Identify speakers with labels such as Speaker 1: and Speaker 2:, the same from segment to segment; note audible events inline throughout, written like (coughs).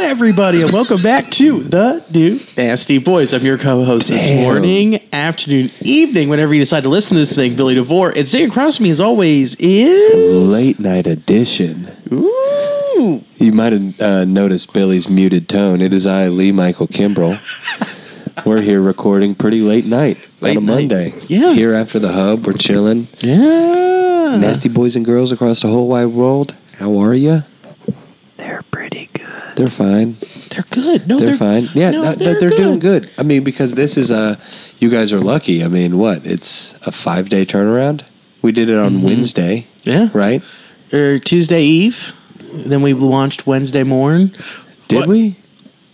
Speaker 1: everybody, and welcome back to the New Nasty Boys. I'm your co-host this morning, afternoon, evening, whenever you decide to listen to this thing. Billy DeVore and sitting across from me, as always, is
Speaker 2: Late night edition.
Speaker 1: Ooh,
Speaker 2: You might have uh, noticed Billy's muted tone. It is I, Lee Michael
Speaker 1: (laughs)
Speaker 2: Kimbrell. we're here recording pretty late night
Speaker 1: Late
Speaker 2: on a
Speaker 1: night.
Speaker 2: Monday.
Speaker 1: Yeah. Uh-huh.
Speaker 2: Here after the hub, we're chilling.
Speaker 1: yeah,
Speaker 2: Nasty boys and girls across the whole wide world. How are you?
Speaker 1: They're pretty good.
Speaker 2: They're fine.
Speaker 1: They're good. No,
Speaker 2: They're, fine. Yeah,
Speaker 1: no,
Speaker 2: no, they're, they're doing good. I mean, because this is a, you guys are lucky. I mean, what? It's a five day turnaround. We did it on
Speaker 1: Mm-hmm.
Speaker 2: Wednesday,
Speaker 1: Yeah,
Speaker 2: right?
Speaker 1: Or Tuesday Eve. Then we launched Wednesday morn.
Speaker 2: Did
Speaker 1: What?
Speaker 2: we?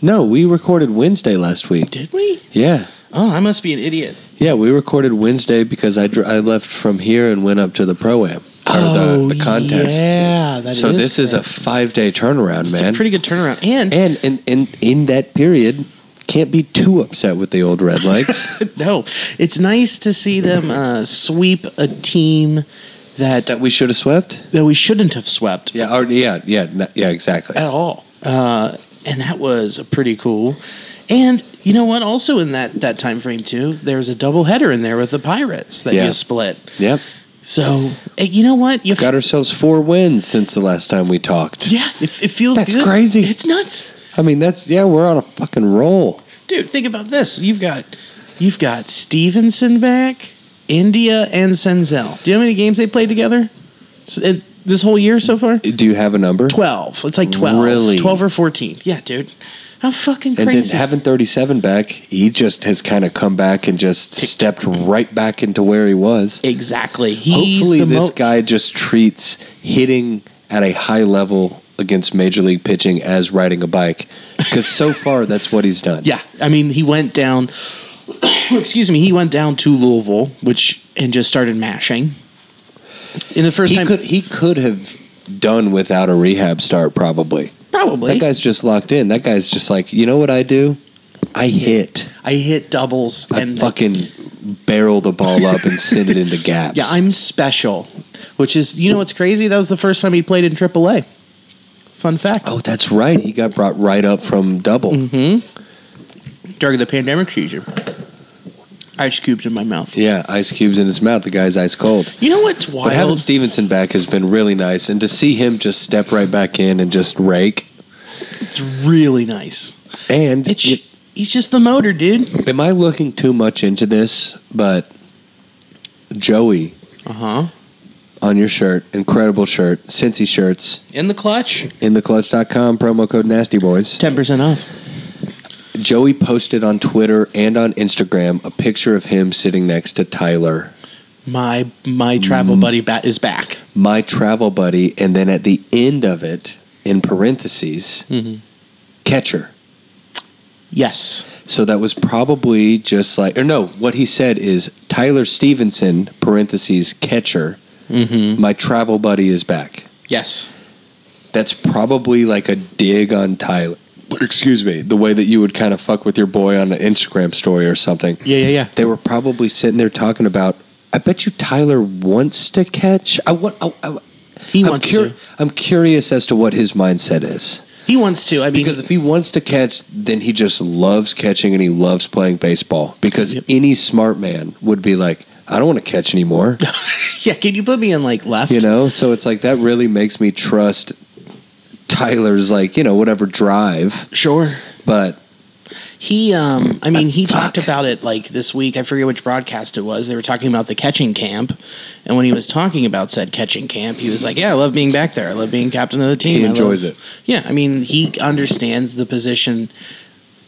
Speaker 2: No, we recorded Wednesday last week.
Speaker 1: Did we?
Speaker 2: Yeah.
Speaker 1: Oh, I must be an idiot.
Speaker 2: Yeah, we recorded Wednesday because I, dr- I left from here and went up to the pro am or
Speaker 1: oh,
Speaker 2: the, the contest.
Speaker 1: Yeah, that is.
Speaker 2: so this is a
Speaker 1: correct.
Speaker 2: five day turnaround,
Speaker 1: It's a
Speaker 2: man.
Speaker 1: pretty good turnaround, and
Speaker 2: and in, in in that period, can't be too upset with the old red
Speaker 1: (laughs)
Speaker 2: legs.
Speaker 1: No, it's nice to see them uh, sweep a team that
Speaker 2: that we should have swept.
Speaker 1: that we shouldn't have swept
Speaker 2: Yeah, or, yeah, yeah, n- yeah, exactly.
Speaker 1: at all. Uh, and that was pretty cool. And you know what? Also in that that time frame too, there's a double header in there with the Pirates that
Speaker 2: Yeah.
Speaker 1: you split.
Speaker 2: Yep,
Speaker 1: So eh, you know what? You
Speaker 2: got ourselves four wins since the last time we talked.
Speaker 1: yeah, it, it feels
Speaker 2: That's
Speaker 1: good.
Speaker 2: crazy.
Speaker 1: It's nuts,
Speaker 2: I mean, that's yeah, we're on a fucking roll.
Speaker 1: dude. Think about this. You've got you've got Stevenson back, India, and Senzel. Do you know how many games they played together S- eh, this whole year so far?
Speaker 2: Do you have a number?
Speaker 1: 12. It's like 12.
Speaker 2: Really?
Speaker 1: 12 or 14. Yeah, dude. How fucking
Speaker 2: And
Speaker 1: crazy.
Speaker 2: then having 37 back, he just has kind of come back and just stepped right back into where he was.
Speaker 1: exactly. He's
Speaker 2: Hopefully,
Speaker 1: the
Speaker 2: this
Speaker 1: mo-
Speaker 2: guy just treats hitting at a high level against major league pitching as riding a bike because
Speaker 1: (laughs)
Speaker 2: so far that's what he's done.
Speaker 1: Yeah. I mean, he went down, (coughs) excuse me, he went down to Louisville, which, and just started mashing. In the first
Speaker 2: he
Speaker 1: time,
Speaker 2: could he could have done without a rehab start probably.
Speaker 1: probably.
Speaker 2: That guy's just locked in. That guy's just like, you know what I do? I hit.
Speaker 1: I hit doubles
Speaker 2: I
Speaker 1: and
Speaker 2: fucking barrel the ball up and send it into gaps.
Speaker 1: Yeah, I'm special, which is, you know what's crazy? That was the first time he played in AAA. Fun fact.
Speaker 2: Oh, that's right. He got brought right up from double.
Speaker 1: Mm-hmm. During the pandemic season, ice cubes in my mouth.
Speaker 2: Yeah, ice cubes in his mouth. The guy's ice cold.
Speaker 1: You know what's wild?
Speaker 2: But having Stevenson back has been really nice, and to see him just step right back in and just rake.
Speaker 1: It's really nice.
Speaker 2: And
Speaker 1: It's he's just the motor, dude.
Speaker 2: am I looking too much into this? But Joey
Speaker 1: Uh huh.
Speaker 2: on your shirt, incredible shirt, Cincy shirts
Speaker 1: In the clutch,
Speaker 2: in the clutch.com promo code nasty boys.
Speaker 1: ten percent off.
Speaker 2: Joey posted on Twitter and on Instagram a picture of him sitting next to Tyler,
Speaker 1: My my travel buddy bat is back.
Speaker 2: my travel buddy, and then at the end of it, in parentheses, catcher.
Speaker 1: Yes.
Speaker 2: So that was probably just like, or no, what he said is Tyler Stevenson, parentheses, catcher,
Speaker 1: Mm-hmm.
Speaker 2: my travel buddy is back.
Speaker 1: Yes.
Speaker 2: That's probably like a dig on Tyler. Excuse me, the way that you would kind of fuck with your boy on an Instagram story or something.
Speaker 1: Yeah, yeah, yeah.
Speaker 2: They were probably sitting there talking about, I bet you Tyler wants to catch. I want, I, I,
Speaker 1: He
Speaker 2: I'm
Speaker 1: wants
Speaker 2: cur-
Speaker 1: to.
Speaker 2: I'm curious as to what his mindset is.
Speaker 1: He wants to. I mean,
Speaker 2: Because if he wants to catch, then he just loves catching and he loves playing baseball. Because any smart man would be like, I don't want to
Speaker 1: (laughs)
Speaker 2: catch anymore.
Speaker 1: (laughs) yeah. Can you put me in like left?
Speaker 2: you know? So it's like that really makes me trust Tyler's like, you know, whatever drive.
Speaker 1: Sure.
Speaker 2: But
Speaker 1: He um. I mean, he talked
Speaker 2: fuck.
Speaker 1: about it like this week. I forget which broadcast it was. They were talking about the catching camp, and when he was talking about said catching camp, he was like, "Yeah, I love being back there. I love being captain of the team.
Speaker 2: He
Speaker 1: I
Speaker 2: enjoys
Speaker 1: love-"
Speaker 2: it.
Speaker 1: Yeah. I mean, he understands the position,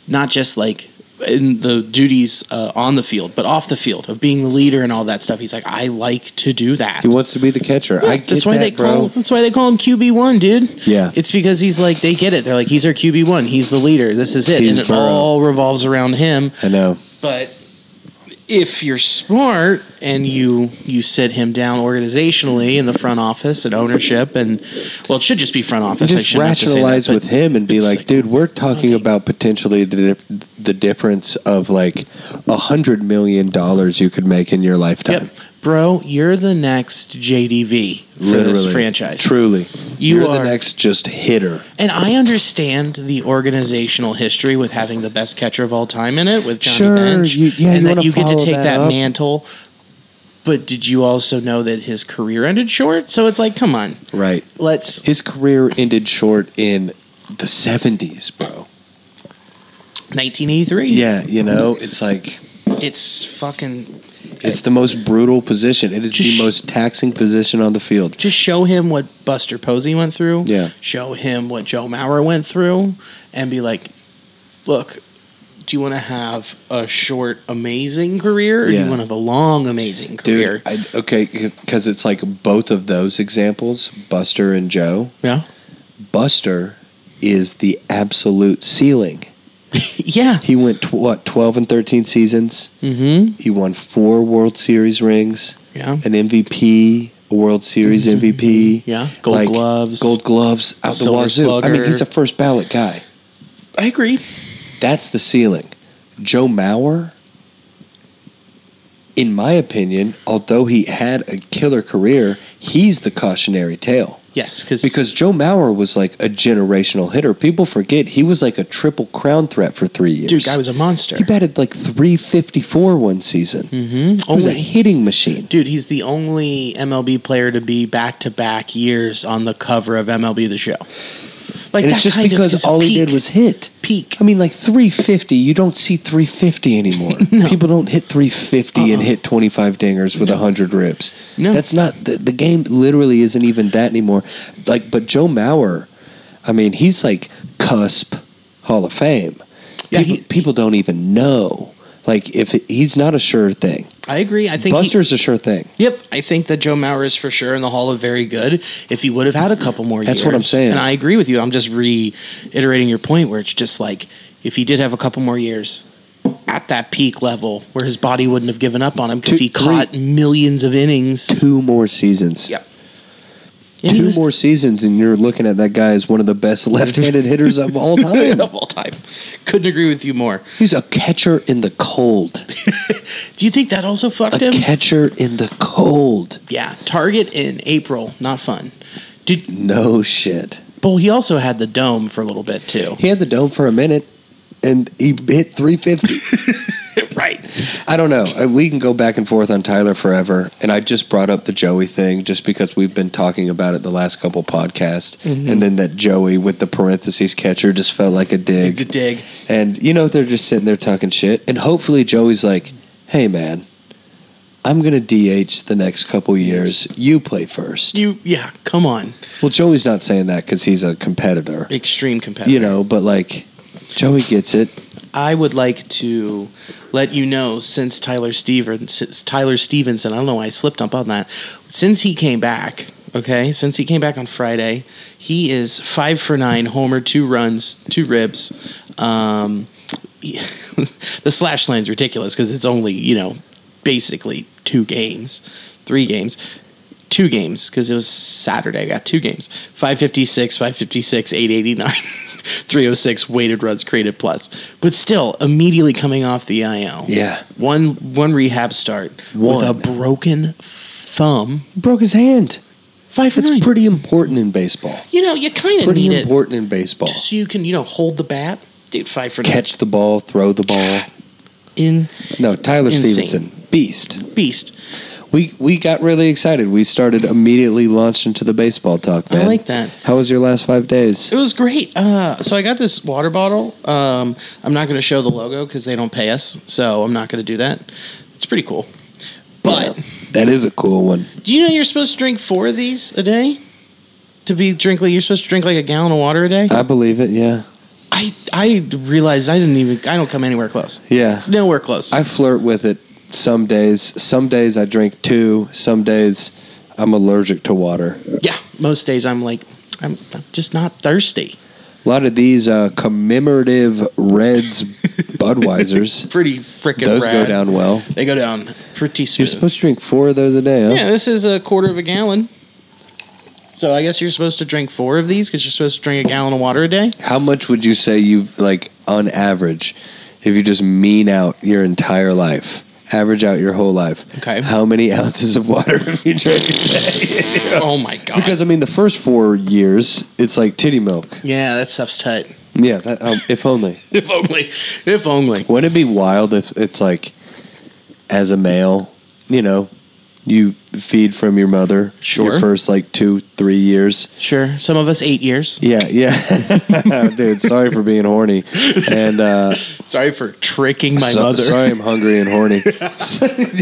Speaker 1: not just like in the duties uh, on the field, but off the field of being the leader and all that stuff. He's like, I like to do that.
Speaker 2: He wants to be the catcher. I get
Speaker 1: that's why
Speaker 2: that,
Speaker 1: they
Speaker 2: bro.
Speaker 1: call. That's why they call him QB one, dude.
Speaker 2: Yeah.
Speaker 1: it's because he's like they get it. They're like he's our QB one. He's the leader. This is it,
Speaker 2: He's
Speaker 1: and it
Speaker 2: Burrow.
Speaker 1: all revolves around him.
Speaker 2: I know.
Speaker 1: But if you're smart and you you sit him down organizationally in the front office and ownership, and well, it should just be front office. I
Speaker 2: Just
Speaker 1: shouldn't have to say that,
Speaker 2: rationalize
Speaker 1: but
Speaker 2: with him and be
Speaker 1: it's
Speaker 2: like, dude, we're talking about potentially the, dif- the difference of like a hundred million dollars you could make in your lifetime.
Speaker 1: Yep. Bro, you're the next JDV for this franchise.
Speaker 2: Truly.
Speaker 1: You
Speaker 2: You are
Speaker 1: are-
Speaker 2: the next just hitter.
Speaker 1: And I understand the organizational history with having the best catcher of all time in it with Johnny
Speaker 2: Sure,
Speaker 1: Bench.
Speaker 2: you- yeah,
Speaker 1: and that
Speaker 2: you wanna
Speaker 1: you get to
Speaker 2: follow
Speaker 1: take
Speaker 2: that
Speaker 1: that
Speaker 2: up.
Speaker 1: mantle. But did you also know that his career ended short? So it's like, come on.
Speaker 2: Right.
Speaker 1: Let's
Speaker 2: His career ended short in the seventies, bro.
Speaker 1: 1983.
Speaker 2: Yeah, you know, it's like
Speaker 1: It's fucking
Speaker 2: it's the most brutal position. It is
Speaker 1: Just-
Speaker 2: the most taxing position on the field.
Speaker 1: just show him what Buster Posey went through.
Speaker 2: Yeah.
Speaker 1: Show him what Joe Mauer went through and be like, look, do you want to have a short, amazing career or do
Speaker 2: Yeah.
Speaker 1: you want to have a long, amazing career?
Speaker 2: Dude, I, okay, because it's like both of those examples, Buster and Joe.
Speaker 1: yeah.
Speaker 2: Buster is the absolute ceiling.
Speaker 1: Yeah.
Speaker 2: He went tw- what twelve and thirteen seasons.
Speaker 1: Mm-hmm.
Speaker 2: He won four World Series rings,
Speaker 1: Yeah.
Speaker 2: an MVP, a World Series MVP,
Speaker 1: Mm-hmm. Yeah. Gold gloves.
Speaker 2: Gold Gloves out the
Speaker 1: Silver
Speaker 2: wazoo. I mean,
Speaker 1: slugger.
Speaker 2: he's a first ballot guy.
Speaker 1: I agree.
Speaker 2: That's the ceiling. Joe Mauer, in my opinion, although he had a killer career, he's the cautionary tale.
Speaker 1: Yes, because
Speaker 2: Because Joe Mauer was like a generational hitter. People forget he was like a triple crown threat for three years.
Speaker 1: dude, guy was a monster.
Speaker 2: He batted like 354 one season.
Speaker 1: Mm-hmm.
Speaker 2: He was a
Speaker 1: Only-
Speaker 2: hitting machine.
Speaker 1: Dude, he's the only MLB player to be back to back years on the cover of MLB The Show. Like
Speaker 2: And
Speaker 1: that
Speaker 2: it's just
Speaker 1: kind of is
Speaker 2: because
Speaker 1: a
Speaker 2: all he
Speaker 1: peak.
Speaker 2: did was hit.
Speaker 1: peak.
Speaker 2: I mean, like 350, you don't see 350 anymore.
Speaker 1: (laughs)
Speaker 2: People don't hit 350 and hit 25 dingers with a 100 ribs.
Speaker 1: Uh-uh. No.
Speaker 2: That's not, the, the game literally isn't even that anymore. Like, but Joe Mauer, I mean, he's like cusp Hall of Fame.
Speaker 1: Yeah,
Speaker 2: people,
Speaker 1: he-
Speaker 2: people don't even know. Like, if he's not a sure thing,
Speaker 1: I agree. I think he-
Speaker 2: Buster's a sure thing.
Speaker 1: Yep, I think that Joe Mauer is for sure in the Hall of Very Good. If he would have had a couple more years,
Speaker 2: That's what I'm saying.
Speaker 1: And I agree with you. I'm just reiterating your point, where it's just like if he did have a couple more years at that peak level, where his body wouldn't have given up on him because
Speaker 2: Two-
Speaker 1: he caught millions of innings.
Speaker 2: Two more seasons.
Speaker 1: Yep. And he
Speaker 2: two
Speaker 1: was-
Speaker 2: more seasons and you're looking at that guy as one of
Speaker 1: (laughs)
Speaker 2: the best left-handed hitters of all time.
Speaker 1: of all time. Couldn't agree with you more.
Speaker 2: He's a catcher in the cold.
Speaker 1: Do you think that also fucked
Speaker 2: A
Speaker 1: him?
Speaker 2: catcher in the cold.
Speaker 1: yeah, Target in April, not fun. Did
Speaker 2: No shit.
Speaker 1: well, he also had the dome for a little bit
Speaker 2: (laughs)
Speaker 1: too.
Speaker 2: He had the dome for a minute and he hit 350.
Speaker 1: right.
Speaker 2: (laughs) I don't know. Uh, We can go back and forth on Tyler forever. And I just brought up the Joey thing just because we've been talking about it the last couple podcasts.
Speaker 1: Mm-hmm.
Speaker 2: And then that Joey with the parentheses catcher just felt like a dig.
Speaker 1: The dig.
Speaker 2: And you know they're just sitting there talking shit. And hopefully Joey's like, "Hey man, I'm gonna DH the next couple years. You play first.
Speaker 1: You yeah, come on.
Speaker 2: Well, Joey's not saying that because he's a competitor,
Speaker 1: Extreme competitor.
Speaker 2: you know. But like, Joey gets it.
Speaker 1: I would like to let you know since Tyler Steven, since Tyler Stevenson, I don't know why I slipped up on that. Since he came back, okay, since he came back on Friday, he is five for nine, homer, two runs, two ribs. Um, (laughs) he- the slash line's ridiculous because it's only you know basically two games, three games. Two games because it was Saturday. I got two games 556, 556, (laughs) 889. 306 weighted runs created plus. But still, immediately coming off the IL.
Speaker 2: Yeah.
Speaker 1: One one rehab start
Speaker 2: One.
Speaker 1: with a broken thumb.
Speaker 2: Broke his hand.
Speaker 1: Five for
Speaker 2: That's
Speaker 1: nine.
Speaker 2: pretty important in baseball.
Speaker 1: you know, you kind of
Speaker 2: Pretty
Speaker 1: need
Speaker 2: important in baseball.
Speaker 1: it just so you can, you know, hold the bat. Dude, five for
Speaker 2: Catch the ball, throw the ball.
Speaker 1: nine.
Speaker 2: No, Tyler
Speaker 1: Insane.
Speaker 2: Stevenson, beast.
Speaker 1: in beast.
Speaker 2: We we got really excited. We started immediately launched into the baseball talk,
Speaker 1: I
Speaker 2: man.
Speaker 1: like that.
Speaker 2: How was your last five days?
Speaker 1: It was great. Uh, so I got this water bottle. Um, I'm not going to show the logo because they don't pay us, so I'm not going to do that. It's pretty cool. But
Speaker 2: Yeah. that is a cool one.
Speaker 1: do you know you're supposed to drink four of
Speaker 2: Uh,
Speaker 1: these a day? To be drink like you're supposed to drink like a gallon of water a day.
Speaker 2: I believe it. Yeah,
Speaker 1: I I realized I didn't even I don't come anywhere close.
Speaker 2: Yeah.
Speaker 1: Nowhere close.
Speaker 2: I flirt with it some days. Some days I drink two. Some days I'm allergic to water.
Speaker 1: yeah. Most days I'm like I'm, I'm just not thirsty.
Speaker 2: A lot of these uh, commemorative
Speaker 1: (laughs)
Speaker 2: Reds Budweisers,
Speaker 1: Pretty freaking.
Speaker 2: those go
Speaker 1: rad.
Speaker 2: down well.
Speaker 1: They go down pretty
Speaker 2: You're
Speaker 1: smooth.
Speaker 2: supposed to drink four of those a day, huh?
Speaker 1: yeah, this is a quarter of a gallon. So I guess you're supposed to drink four of these because you're supposed to drink a gallon of water a day.
Speaker 2: How much would you say you've, like, on average, if you just mean out your entire life? Average out your whole life.
Speaker 1: Okay.
Speaker 2: How many (laughs) ounces of water have you drank?
Speaker 1: Oh my god!
Speaker 2: Because I mean, the first four years, it's like titty milk.
Speaker 1: yeah, that stuff's tight.
Speaker 2: Yeah, that, um, if only.
Speaker 1: (laughs) If only, if only.
Speaker 2: Wouldn't it be wild if it's like, as a male, you know, you feed from your mother
Speaker 1: Sure.
Speaker 2: your first like two, three years.
Speaker 1: Sure, some of us eight years.
Speaker 2: Yeah, yeah, (laughs) dude. Sorry for being horny, and uh,
Speaker 1: Sorry for tricking (laughs) my
Speaker 2: so-
Speaker 1: mother.
Speaker 2: Sorry, I'm hungry and
Speaker 1: (laughs)
Speaker 2: horny.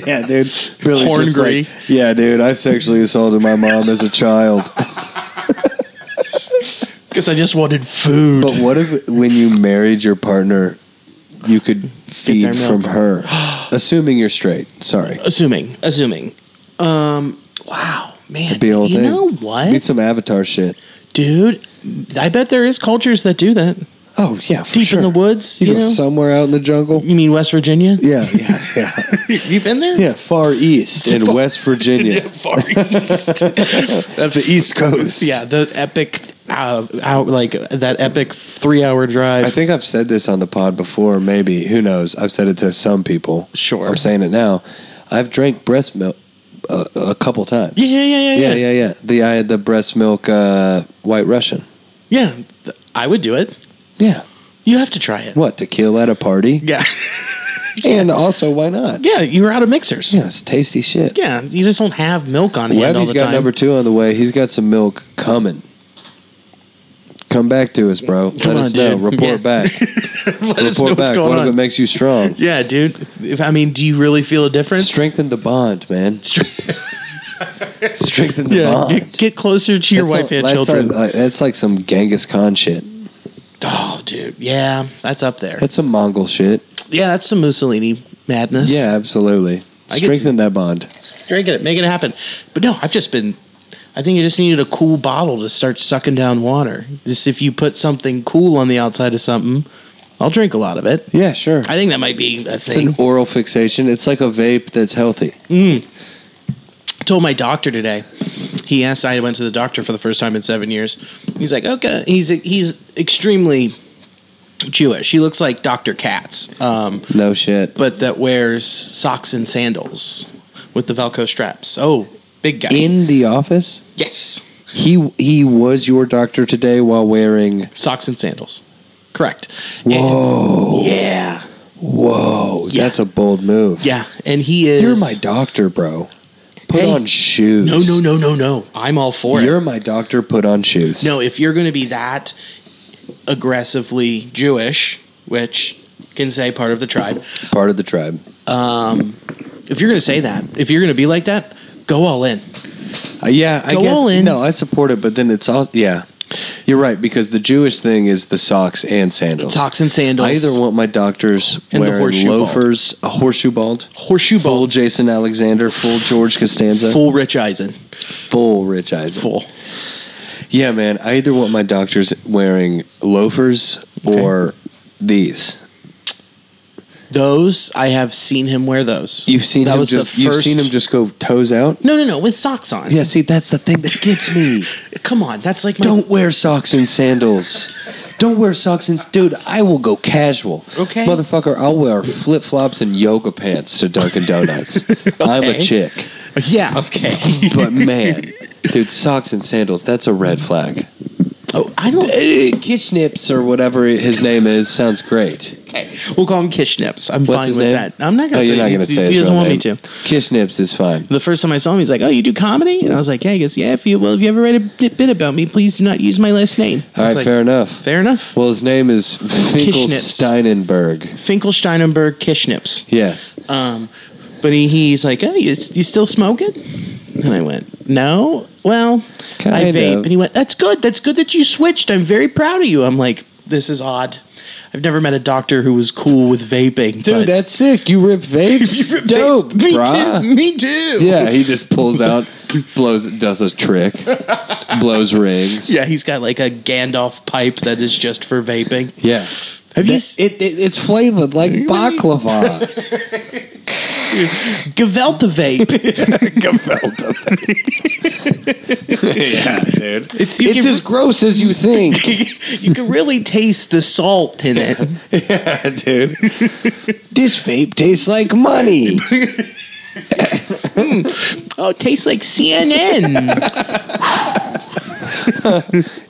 Speaker 2: yeah, dude. Really, just
Speaker 1: Horngry.
Speaker 2: like, yeah, dude. I sexually assaulted my mom as a child.
Speaker 1: because I just wanted food.
Speaker 2: But what if when you married your partner, you could
Speaker 1: their
Speaker 2: feed
Speaker 1: milk. Uh,
Speaker 2: from her,
Speaker 1: (gasps)
Speaker 2: assuming you're straight? Sorry.
Speaker 1: assuming, assuming. Um. Wow, man.
Speaker 2: Be a whole
Speaker 1: you
Speaker 2: thing.
Speaker 1: know
Speaker 2: Be
Speaker 1: what,
Speaker 2: some Avatar shit.
Speaker 1: dude? I bet there is cultures that do that.
Speaker 2: Oh yeah, for
Speaker 1: Deep in
Speaker 2: sure.
Speaker 1: the woods,
Speaker 2: You,
Speaker 1: you
Speaker 2: go
Speaker 1: know?
Speaker 2: somewhere out in
Speaker 1: (laughs)
Speaker 2: the jungle.
Speaker 1: You mean West Virginia?
Speaker 2: Yeah, (laughs) yeah, yeah,
Speaker 1: You've been there?
Speaker 2: yeah. Far east in
Speaker 1: (laughs)
Speaker 2: West Virginia,
Speaker 1: Far East.
Speaker 2: the East
Speaker 1: (laughs)
Speaker 2: Coast.
Speaker 1: yeah, the epic, uh, out, like that epic three-hour drive.
Speaker 2: I think I've said this on the pod before. Maybe who knows? I've said it to some people.
Speaker 1: Sure.
Speaker 2: I'm saying it now. I've drank breast milk a, a couple times.
Speaker 1: yeah, yeah, yeah,
Speaker 2: yeah,
Speaker 1: yeah,
Speaker 2: yeah, yeah. The I had the breast milk uh, White Russian.
Speaker 1: yeah. th- I would do it.
Speaker 2: Yeah.
Speaker 1: You have to try it.
Speaker 2: What to kill at a party?
Speaker 1: Yeah,
Speaker 2: And also, why
Speaker 1: (laughs)
Speaker 2: not?
Speaker 1: yeah. You were out of mixers.
Speaker 2: Yeah, it's tasty shit.
Speaker 1: Yeah, you just don't have milk on hand all
Speaker 2: Webby's
Speaker 1: the
Speaker 2: got
Speaker 1: time.
Speaker 2: number two on the way. He's got some milk coming. Come back to us, bro.
Speaker 1: Come
Speaker 2: Let us
Speaker 1: on,
Speaker 2: know.
Speaker 1: dude. (laughs)
Speaker 2: Report
Speaker 1: Yeah. (laughs)
Speaker 2: back.
Speaker 1: Let us know
Speaker 2: Report
Speaker 1: what's
Speaker 2: back.
Speaker 1: going
Speaker 2: What
Speaker 1: on.
Speaker 2: if it makes
Speaker 1: (laughs)
Speaker 2: you strong?
Speaker 1: yeah, dude. If, if- I mean, do you really feel a difference?
Speaker 2: Strengthen the bond, man.
Speaker 1: Strength.
Speaker 2: (laughs) Strengthen the
Speaker 1: yeah,
Speaker 2: bond.
Speaker 1: get, get closer to your
Speaker 2: That's
Speaker 1: wife
Speaker 2: all-
Speaker 1: and
Speaker 2: that's
Speaker 1: children.
Speaker 2: Like, that's like some Genghis Khan shit.
Speaker 1: oh, dude. Yeah, that's up there.
Speaker 2: That's some Mongol shit.
Speaker 1: yeah, that's some Mussolini madness.
Speaker 2: Yeah, absolutely.
Speaker 1: I get-
Speaker 2: Strengthen that bond.
Speaker 1: drink it, make it happen. But no, I've just been. I think you just needed a cool bottle to start sucking down water. Just if you put something cool on the outside of something, I'll drink a lot of it.
Speaker 2: Yeah, sure.
Speaker 1: I think that might be a
Speaker 2: It's an
Speaker 1: thing.
Speaker 2: oral fixation. It's like a vape that's healthy.
Speaker 1: told my doctor today. He asked. I went to the doctor for the first time in seven years. He's like, okay. He's he's extremely Jewish. He looks like Doctor Katz, um,
Speaker 2: No shit.
Speaker 1: but that wears socks and sandals with the Velcro straps. Oh, big guy.
Speaker 2: In the office,
Speaker 1: yes,
Speaker 2: he he was your doctor today while wearing.
Speaker 1: socks and sandals. Correct.
Speaker 2: Whoa,
Speaker 1: And- yeah.
Speaker 2: whoa,
Speaker 1: Yeah.
Speaker 2: that's a bold move.
Speaker 1: Yeah, and he is.
Speaker 2: you're my doctor, bro. Put
Speaker 1: Hey.
Speaker 2: on shoes.
Speaker 1: No, no, no, no, no. I'm all for it.
Speaker 2: You're my doctor. Put on shoes.
Speaker 1: No, if you're going to be that aggressively Jewish, which can say part of the tribe, um,
Speaker 2: part of the tribe.
Speaker 1: if you're going to say that, if you're going to be like that, go all in.
Speaker 2: Uh, yeah, I
Speaker 1: Go
Speaker 2: guess.
Speaker 1: all in.
Speaker 2: No, I support it, but then it's all yeah. You're right because the Jewish thing is the socks and sandals.
Speaker 1: Socks and sandals.
Speaker 2: I either want my doctors
Speaker 1: And the
Speaker 2: wearing
Speaker 1: horseshoe bald.
Speaker 2: loafers, a horseshoe bald,
Speaker 1: horseshoe
Speaker 2: full
Speaker 1: bowl,
Speaker 2: Jason Alexander, full George Costanza,
Speaker 1: full Rich Eisen,
Speaker 2: full Rich Eisen.
Speaker 1: full.
Speaker 2: Yeah, man. I either want my doctors wearing loafers or these.
Speaker 1: Those I have seen him wear those.
Speaker 2: You've seen
Speaker 1: that
Speaker 2: him
Speaker 1: was
Speaker 2: just
Speaker 1: the 1st
Speaker 2: you've seen him just go toes out.
Speaker 1: no, no, no, with socks on.
Speaker 2: Yeah, see, that's the thing that gets me.
Speaker 1: come on, that's like my
Speaker 2: (laughs) Don't wear socks and sandals. Don't wear socks and dude. I will go casual.
Speaker 1: Okay.
Speaker 2: motherfucker. I'll wear flip flops and yoga pants to Dunkin' (laughs) Donuts. I'm a
Speaker 1: Okay.
Speaker 2: chick,
Speaker 1: Yeah, (laughs) okay.
Speaker 2: but man, dude, socks and sandals—that's a red flag.
Speaker 1: oh, I don't.
Speaker 2: Eh, Kishnips or whatever his name is sounds great.
Speaker 1: Okay, we'll call him Kishnips. I'm
Speaker 2: What's
Speaker 1: fine
Speaker 2: his
Speaker 1: with
Speaker 2: name?
Speaker 1: that. I'm not
Speaker 2: Oh,
Speaker 1: gonna. say
Speaker 2: you're not
Speaker 1: he-
Speaker 2: gonna
Speaker 1: he,
Speaker 2: say.
Speaker 1: He
Speaker 2: his
Speaker 1: doesn't
Speaker 2: real
Speaker 1: want me
Speaker 2: name.
Speaker 1: to.
Speaker 2: Kishnips is fine.
Speaker 1: The first time I saw him, he's like, "Oh, you do comedy?" And I was like, "Yeah." He goes, "Yeah. If you well, if you ever write a bit bit about me, please do not use my last name." I
Speaker 2: All
Speaker 1: was
Speaker 2: right,
Speaker 1: like,
Speaker 2: fair enough.
Speaker 1: Fair enough.
Speaker 2: Well, his name is Finkelsteinenberg.
Speaker 1: Finkelsteinenberg Kishnips.
Speaker 2: Yes.
Speaker 1: Um, but he, he's like, "Oh, you, you still smoking?" And I went, "No." Well, I
Speaker 2: Kind
Speaker 1: vape,
Speaker 2: of.
Speaker 1: and he went, "That's good. That's good that you switched. I'm very proud of you." I'm like, this is odd. I've never met a doctor who was cool with vaping.
Speaker 2: Dude,
Speaker 1: but-
Speaker 2: that's sick. You (laughs) rip vapes. Dope.
Speaker 1: Me
Speaker 2: bruh.
Speaker 1: too. Me too.
Speaker 2: (laughs) Yeah, he just pulls out, blows, does a trick, blows rings.
Speaker 1: Yeah, he's got like a Gandalf pipe that is just for vaping.
Speaker 2: Yeah.
Speaker 1: Have you
Speaker 2: That- it, it, it's flavored like (laughs) baklava.
Speaker 1: Gavelta (laughs) vape?
Speaker 2: (laughs) yeah, dude.
Speaker 1: It's you,
Speaker 2: It's
Speaker 1: can,
Speaker 2: as gross as you (laughs) think,
Speaker 1: you can really taste the salt in it.
Speaker 2: (laughs) dude. This vape tastes like (laughs) money.
Speaker 1: Oh, it tastes like (laughs) CNN.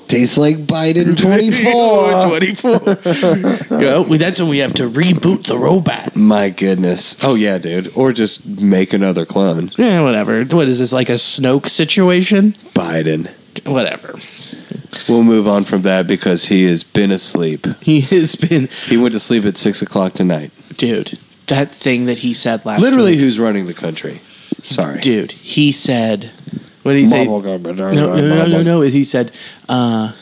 Speaker 2: Tastes like (laughs) Biden 24.
Speaker 1: 24. yeah, Oh, well, that's when we have to reboot the robot.
Speaker 2: My goodness. Oh, yeah, dude. Or just make another clone.
Speaker 1: Yeah, whatever. What is this like a Snoke situation?
Speaker 2: Biden.
Speaker 1: Whatever.
Speaker 2: We'll move on from that because he has been asleep.
Speaker 1: He has been,
Speaker 2: He went to sleep at six o'clock tonight.
Speaker 1: dude. That thing that he said last
Speaker 2: Literally,
Speaker 1: week.
Speaker 2: who's running the country? Sorry.
Speaker 1: dude. He said, "What did he say?"
Speaker 2: Mumble
Speaker 1: No,
Speaker 2: gumble
Speaker 1: no,
Speaker 2: gumble
Speaker 1: no, no,
Speaker 2: mumble.
Speaker 1: no. He said, uh,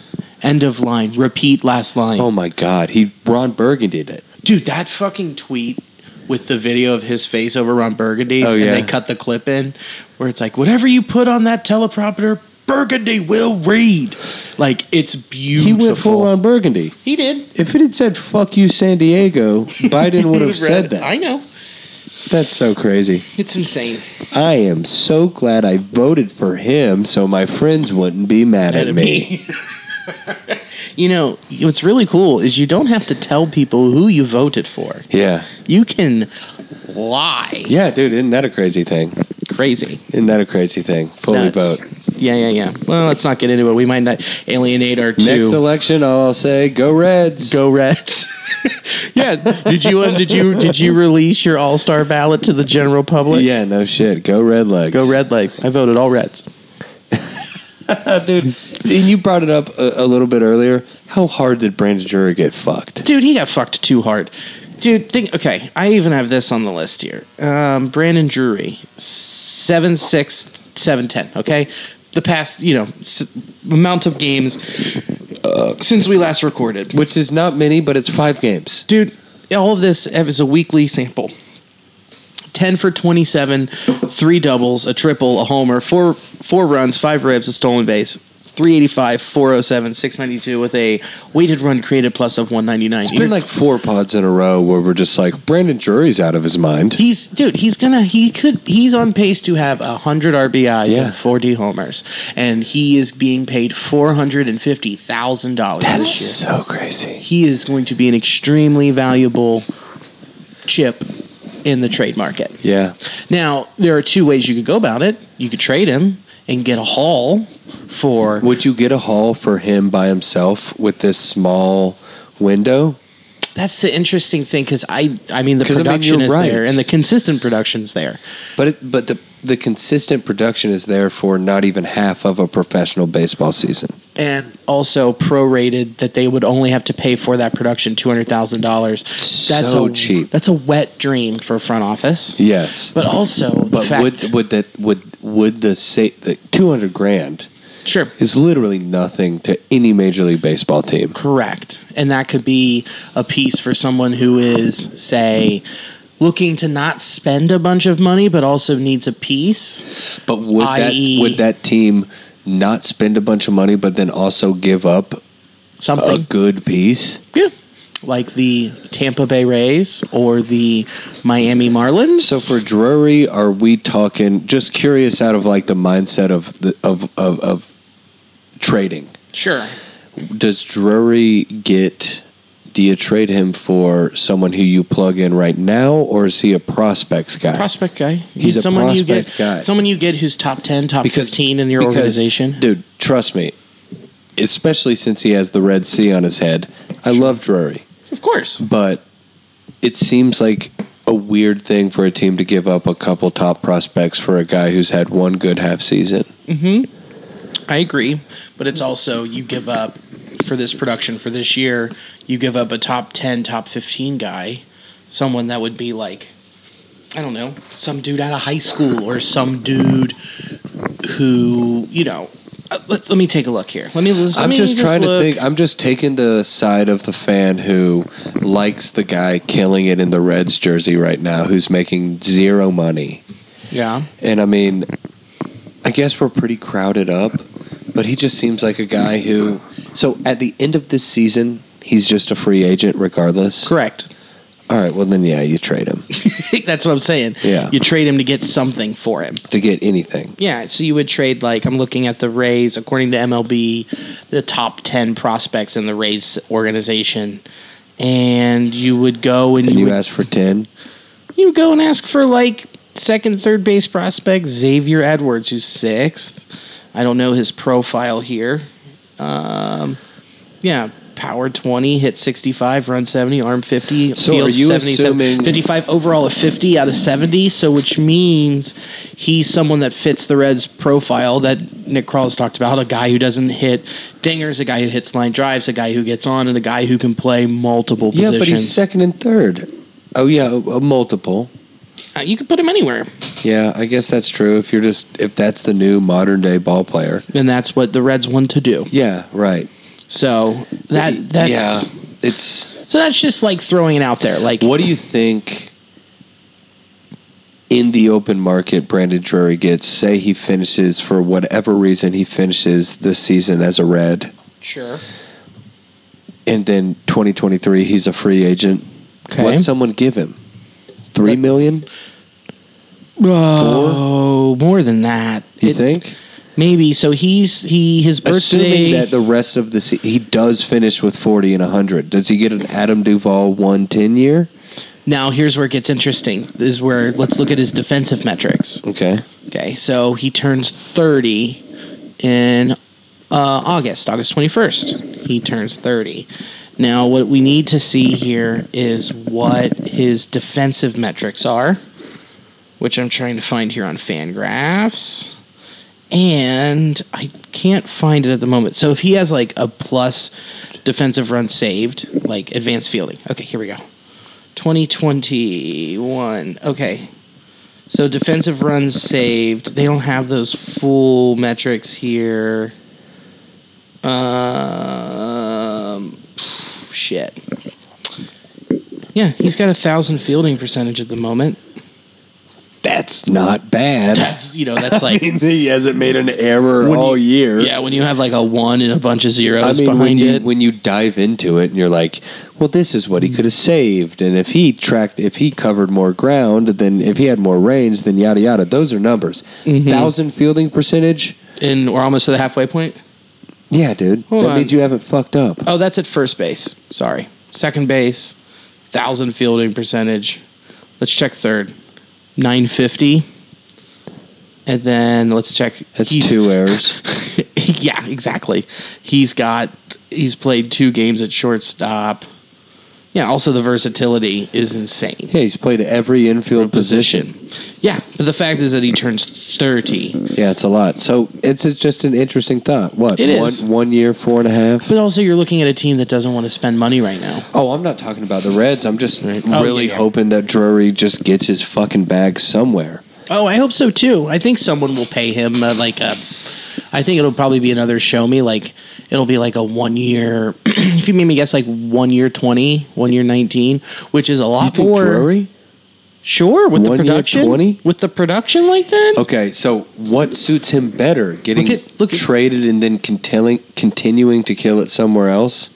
Speaker 1: "End of line. Repeat last line."
Speaker 2: Oh my God! He Ron Burgundy did it.
Speaker 1: Dude, that fucking tweet with the video of his face over Ron Burgundy's,
Speaker 2: Oh, yeah.
Speaker 1: and they cut the clip in where it's like, whatever you put on that teleprompter, Burgundy will read. Like, it's
Speaker 2: He
Speaker 1: beautiful.
Speaker 2: went full Ron Burgundy.
Speaker 1: He did.
Speaker 2: If it had said "fuck you, San Diego," Biden (laughs) would have said that.
Speaker 1: I know.
Speaker 2: That's so crazy.
Speaker 1: It's insane.
Speaker 2: I am so glad I voted for him, so my friends wouldn't be mad at me.
Speaker 1: (laughs) you know, what's really cool is you don't have to tell people who you voted for.
Speaker 2: Yeah,
Speaker 1: You can lie.
Speaker 2: yeah, dude. Isn't that a crazy thing?
Speaker 1: Crazy.
Speaker 2: Isn't that a crazy thing? Fully
Speaker 1: Nuts.
Speaker 2: vote.
Speaker 1: Yeah, yeah, yeah. Well, let's not get into it. We might not alienate our two.
Speaker 2: Next election, I'll say go Reds.
Speaker 1: Go
Speaker 2: (laughs)
Speaker 1: Reds. yeah. Did you uh, did you did you release your All Star ballot to the general public?
Speaker 2: Yeah, no shit. Go Red Legs.
Speaker 1: Go Red Legs. I voted all Reds.
Speaker 2: dude. And you brought it up a, a little bit earlier. How hard did Brandon Drury get fucked?
Speaker 1: Dude, he got fucked too hard. Dude, think okay. I even have this on the list here. Um, Brandon Drury, seven six seven ten. Okay, the past you know s- amount of games uh, since we last recorded.
Speaker 2: Which is not many, but it's five games.
Speaker 1: dude all of this is a weekly sample 10 for 27 three doubles a triple a homer four four runs five ribs a stolen base 385 407 692 with a weighted run created plus of 199
Speaker 2: It's been like four pods in a row where we're just like Brandon Drury's out of his mind.
Speaker 1: he's dude he's gonna he could he's on pace to have 100 rbis
Speaker 2: Yeah.
Speaker 1: and 40 homers and he is being paid $450000 this year
Speaker 2: so crazy.
Speaker 1: he is going to be an extremely valuable chip in the trade market
Speaker 2: Yeah,
Speaker 1: Now, there are two ways you could go about it. You could trade him and get a haul for
Speaker 2: would you get a haul for him by himself with this small window?
Speaker 1: That's the interesting thing cuz I I mean the
Speaker 2: 'Cause, I mean,
Speaker 1: production
Speaker 2: you're
Speaker 1: is
Speaker 2: right.
Speaker 1: there and the consistent production's there.
Speaker 2: But it, but the the consistent production is there for not even half of a professional baseball season.
Speaker 1: And also prorated that they would only have to pay for that production two hundred thousand dollars. That's
Speaker 2: So
Speaker 1: a,
Speaker 2: cheap.
Speaker 1: That's a wet dream for front office.
Speaker 2: Yes,
Speaker 1: But also the
Speaker 2: But
Speaker 1: fact,
Speaker 2: would would that would would the say the two hundred grand
Speaker 1: sure
Speaker 2: is literally nothing to any major league baseball team.
Speaker 1: Correct. And that could be a piece for someone who is, say, looking to not spend a bunch of money, but also needs a piece.
Speaker 2: But would that
Speaker 1: I.e.
Speaker 2: would that team not spend a bunch of money, but then also give up a
Speaker 1: Something.
Speaker 2: good piece?
Speaker 1: yeah. Like the Tampa Bay Rays or the Miami Marlins.
Speaker 2: So for Drury, are we talking? Just curious, out of like the mindset of the of of, of trading,
Speaker 1: sure.
Speaker 2: does Drury get? Do you trade him for someone who you plug in right now, or is he a prospects guy?
Speaker 1: Prospect guy.
Speaker 2: He's a
Speaker 1: someone you get
Speaker 2: prospect guy.
Speaker 1: someone you get who's top ten, top fifteen in your
Speaker 2: because,
Speaker 1: organization.
Speaker 2: Dude, trust me. Especially since he has the Red Sea on his head. I love Drury,
Speaker 1: of course.
Speaker 2: but it seems like a weird thing for a team to give up a couple top prospects for a guy who's had one good half season.
Speaker 1: I agree, but it's also you give up for this production for this year, you give up a top 10, top 15 guy, someone that would be like I don't know, some dude out of high school or some dude who, you know, uh, let, let me take a look here. Let me. Let
Speaker 2: I'm
Speaker 1: me
Speaker 2: just trying
Speaker 1: look.
Speaker 2: to think. I'm just taking the side of the fan who likes the guy killing it in the Reds jersey right now, who's making zero money.
Speaker 1: Yeah.
Speaker 2: And I mean, I guess we're pretty crowded up, but he just seems like a guy who. So at the end of this season, he's just a free agent, regardless.
Speaker 1: Correct. (laughs)
Speaker 2: All right. Well, then, yeah, you trade him
Speaker 1: That's what I'm saying.
Speaker 2: Yeah.
Speaker 1: You trade him to get something for him.
Speaker 2: to get anything.
Speaker 1: Yeah, so you would trade like I'm looking at the Rays according to MLB, the top ten prospects in the Rays organization, and you would go and,
Speaker 2: And
Speaker 1: you
Speaker 2: you
Speaker 1: would,
Speaker 2: ask for ten.
Speaker 1: you would go and ask for like second, third base prospect Xavier Edwards, who's sixth. I don't know his profile here. Um, yeah, power twenty, hit sixty five, run seventy, arm fifty,
Speaker 2: So are you assuming-
Speaker 1: 55 overall of 50 out of 70, so which means he's someone that fits the Reds profile that Nick Crawls talked about, a guy who doesn't hit dingers, a guy who hits line drives, a guy who gets on, and a guy who can play multiple
Speaker 2: Yeah,
Speaker 1: positions.
Speaker 2: but he's second and third. Oh yeah, a- a multiple.
Speaker 1: Uh, you can put him anywhere.
Speaker 2: Yeah, I guess that's true. If you're just if that's the new modern day ball player.
Speaker 1: and that's what the Reds want to do.
Speaker 2: Yeah, right.
Speaker 1: So that that's
Speaker 2: yeah, it's.
Speaker 1: so that's just like throwing it out there. Like
Speaker 2: What do you think? In the open market, Brandon Drury gets. Say he finishes for whatever reason he finishes this season as a Red,
Speaker 1: Sure.
Speaker 2: and then 2023 he's a free agent.
Speaker 1: Okay.
Speaker 2: What's someone give him? Three million?
Speaker 1: Oh, more than that.
Speaker 2: You
Speaker 1: It-
Speaker 2: think?
Speaker 1: Maybe. So he's he his birthday.
Speaker 2: Assuming that the rest of the se- he does finish with 40 and 100. Does he get an Adam Duvall one ten year?
Speaker 1: now here's where it gets interesting. Is where let's look at his defensive metrics.
Speaker 2: Okay.
Speaker 1: Okay, so he turns 30 in uh, August, August 21st. He turns 30. Now, what we need to see here is what his defensive metrics are, which I'm trying to find here on Fangraphs. And I can't find it at the moment. So if he has like a plus defensive run saved, like advanced fielding. Okay, here we go. 2021. Okay. So defensive runs saved. They don't have those full metrics here. Um, shit. Yeah, he's got a thousand fielding percentage at the moment.
Speaker 2: That's not bad.
Speaker 1: That's you know that's like
Speaker 2: (laughs) I mean, he hasn't made an error
Speaker 1: When
Speaker 2: all
Speaker 1: you-
Speaker 2: year.
Speaker 1: yeah when you have like a one and a bunch of zeros
Speaker 2: I mean,
Speaker 1: behind
Speaker 2: when you,
Speaker 1: it.
Speaker 2: when you dive into it and you're like, well, this is what he could have saved. And if he tracked, if he covered more ground, then if he had more range, then yada, yada. Those are numbers.
Speaker 1: Mm-hmm.
Speaker 2: Thousand fielding percentage?
Speaker 1: and we're almost to the halfway point.
Speaker 2: Yeah, dude.
Speaker 1: Hold
Speaker 2: that
Speaker 1: on.
Speaker 2: means you haven't fucked up.
Speaker 1: Oh, that's at first base. Sorry. Second base, 1,000 fielding percentage. Let's check third, 950. And then let's check.
Speaker 2: That's
Speaker 1: he's-
Speaker 2: two errors.
Speaker 1: (laughs) yeah, exactly. He's got, he's played two games at shortstop. Yeah, also the versatility is insane
Speaker 2: Yeah, he's played every infield position.
Speaker 1: position. Yeah, but the fact is that he turns 30.
Speaker 2: Yeah, it's a lot. So it's a, just an interesting thought. What?
Speaker 1: It
Speaker 2: one,
Speaker 1: is.
Speaker 2: One year, four and a half?
Speaker 1: But also, you're looking at a team that doesn't want to spend money right now.
Speaker 2: Oh, I'm not talking about the Reds. I'm just
Speaker 1: Oh,
Speaker 2: really
Speaker 1: yeah, yeah.
Speaker 2: hoping that Drury just gets his fucking bag somewhere.
Speaker 1: Oh, I hope so too. I think someone will pay him uh, like a. I think it'll probably be another show me. Like it'll be like a one year. (clears throat) if you made me guess, like one year twenty, one year nineteen, which is a
Speaker 2: You
Speaker 1: lot
Speaker 2: think
Speaker 1: more.
Speaker 2: Drury?
Speaker 1: Sure, with the
Speaker 2: One year Oh.
Speaker 1: production,
Speaker 2: 20?
Speaker 1: with the production like that.
Speaker 2: Okay, so what suits him better? Getting
Speaker 1: Look at- look at-
Speaker 2: traded and then continuing continuing to kill it somewhere else,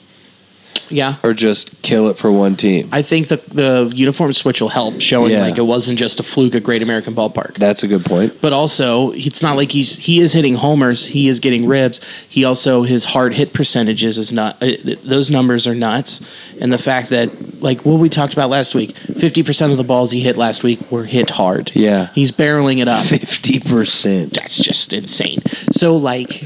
Speaker 1: Yeah,
Speaker 2: or just kill it for one team?
Speaker 1: I think the the uniform switch will help, showing
Speaker 2: Yeah.
Speaker 1: like it wasn't just a fluke at Great American Ballpark.
Speaker 2: That's a good point.
Speaker 1: but also it's not like he's he is hitting homers he is getting ribs he also his hard hit percentages is not uh, th- those numbers are nuts and the fact that like what we talked about last week 50% of the balls he hit last week were hit hard
Speaker 2: Yeah.
Speaker 1: he's barreling it up
Speaker 2: Fifty percent.
Speaker 1: that's just insane so like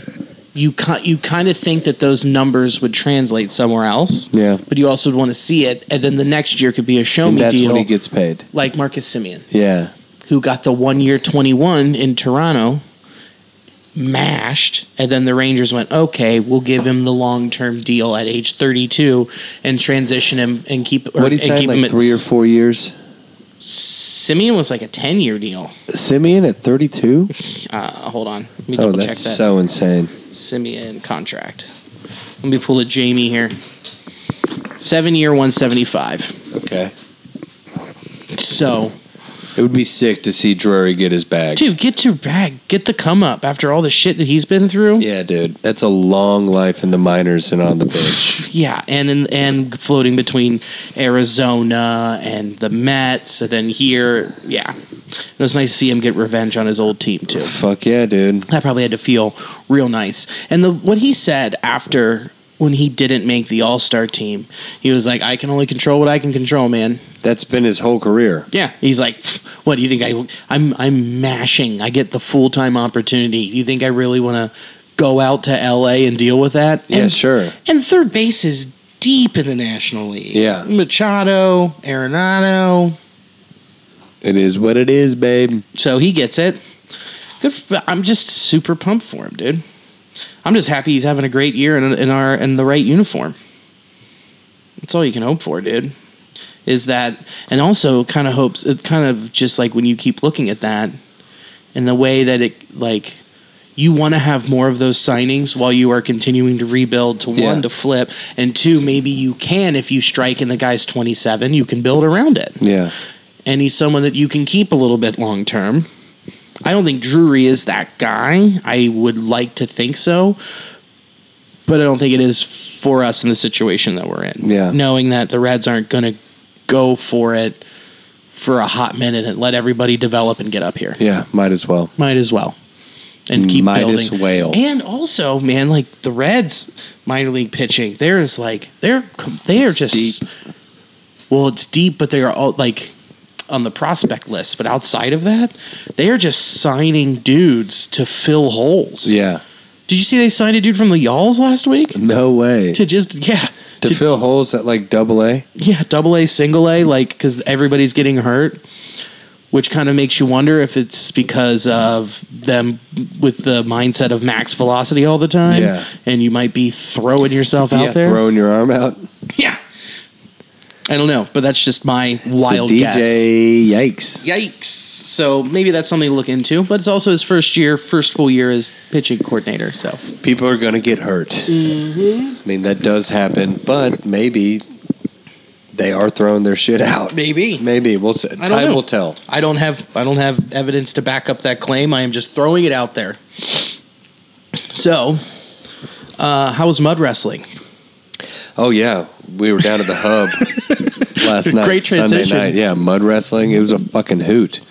Speaker 1: you ki- you kind of think that those numbers would translate somewhere else
Speaker 2: Yeah.
Speaker 1: but you also would want to see it and then the next year could be a show
Speaker 2: And
Speaker 1: me
Speaker 2: that's
Speaker 1: deal
Speaker 2: when he gets paid.
Speaker 1: like Marcus Simeon
Speaker 2: Yeah.
Speaker 1: who got the one year 21 in Toronto mashed and then the Rangers went okay we'll give him the long term deal at age 32 and transition him and keep or,
Speaker 2: What did he
Speaker 1: and
Speaker 2: sign?
Speaker 1: keep him
Speaker 2: Like
Speaker 1: at
Speaker 2: three or
Speaker 1: s-
Speaker 2: four years.
Speaker 1: Simeon was like a 10 year deal
Speaker 2: Simeon at thirty-two.
Speaker 1: uh, hold on let me (laughs)
Speaker 2: Oh,
Speaker 1: double check
Speaker 2: that's
Speaker 1: that
Speaker 2: so insane.
Speaker 1: Simeon contract. Let me pull a Jamie here. Seven year, 175.
Speaker 2: Okay.
Speaker 1: So,
Speaker 2: It would be sick to see Drury get his bag.
Speaker 1: dude, get your bag. Get the come up after all the shit that he's been through.
Speaker 2: Yeah, dude. That's a long life in the minors and on the bench. (laughs)
Speaker 1: Yeah, and and, and floating between Arizona and the Mets, and then here, yeah, it was nice to see him get revenge on his old team too.
Speaker 2: Fuck yeah, dude.
Speaker 1: That probably had to feel real nice. And the what he said after when he didn't make the All Star team, he was like, "I can only control what I can control, man."
Speaker 2: That's been his whole career.
Speaker 1: Yeah, he's like, "Pff, "What do you think I? I'm I'm mashing. I get the full time opportunity. You think I really want to go out to L.A. and deal with that?"
Speaker 2: Yeah,
Speaker 1: And-
Speaker 2: sure.
Speaker 1: And third base is deep in the National League.
Speaker 2: Yeah.
Speaker 1: Machado, Arenado.
Speaker 2: It is what it is, babe.
Speaker 1: So he gets it. Good. f I'm just super pumped for him, dude. I'm just happy he's having a great year in, in our in the right uniform. That's all you can hope for, dude. Is that and also kind of hopes it kind of just like when you keep looking at that and the way that it like you want to have more of those signings while you are continuing to rebuild to
Speaker 2: Yeah.
Speaker 1: one to flip and two maybe you can if you strike and the guy's 27 you can build around it
Speaker 2: Yeah.
Speaker 1: and he's someone that you can keep a little bit long term. I don't think Drury is that guy. I would like to think so, but I don't think it is for us in the situation that we're in.
Speaker 2: Yeah.
Speaker 1: Knowing that the Reds aren't going to go for it for a hot minute and let everybody develop and get up here.
Speaker 2: Yeah, might as well.
Speaker 1: Might as well. And keep
Speaker 2: Might as
Speaker 1: building.
Speaker 2: well.
Speaker 1: And also, man, like the Reds minor league pitching, there is like they're they are
Speaker 2: It's
Speaker 1: just
Speaker 2: deep.
Speaker 1: well, it's deep, but they are all like on the prospect list. But outside of that, they are just signing dudes to fill holes.
Speaker 2: Yeah.
Speaker 1: Did you see they signed a dude from the Y'alls last week
Speaker 2: No way.
Speaker 1: to just yeah
Speaker 2: To, fill holes at like double A?
Speaker 1: yeah, double A, single A, like because everybody's getting hurt, which kind of makes you wonder if it's because of them with the mindset of max velocity all the time,
Speaker 2: Yeah.
Speaker 1: and you might be throwing yourself out
Speaker 2: yeah,
Speaker 1: there.
Speaker 2: throwing your arm out.
Speaker 1: Yeah, I don't know, but that's just my wild
Speaker 2: the
Speaker 1: guess.
Speaker 2: DJ, yikes.
Speaker 1: Yikes! So maybe that's something to look into, but it's also his first year, first full year as pitching coordinator. So
Speaker 2: People are going to get hurt.
Speaker 1: Mm-hmm.
Speaker 2: I mean, that does happen, but maybe they are throwing their shit out.
Speaker 1: Maybe.
Speaker 2: Maybe. We'll see.
Speaker 1: I don't
Speaker 2: Time
Speaker 1: know.
Speaker 2: will tell.
Speaker 1: I don't have I don't have evidence to back up that claim. I am just throwing it out there. So, uh, how was mud wrestling?
Speaker 2: Oh yeah, we were down at the hub
Speaker 1: (laughs)
Speaker 2: last night.
Speaker 1: Great transition.
Speaker 2: Sunday night, yeah, mud wrestling. It was a fucking hoot.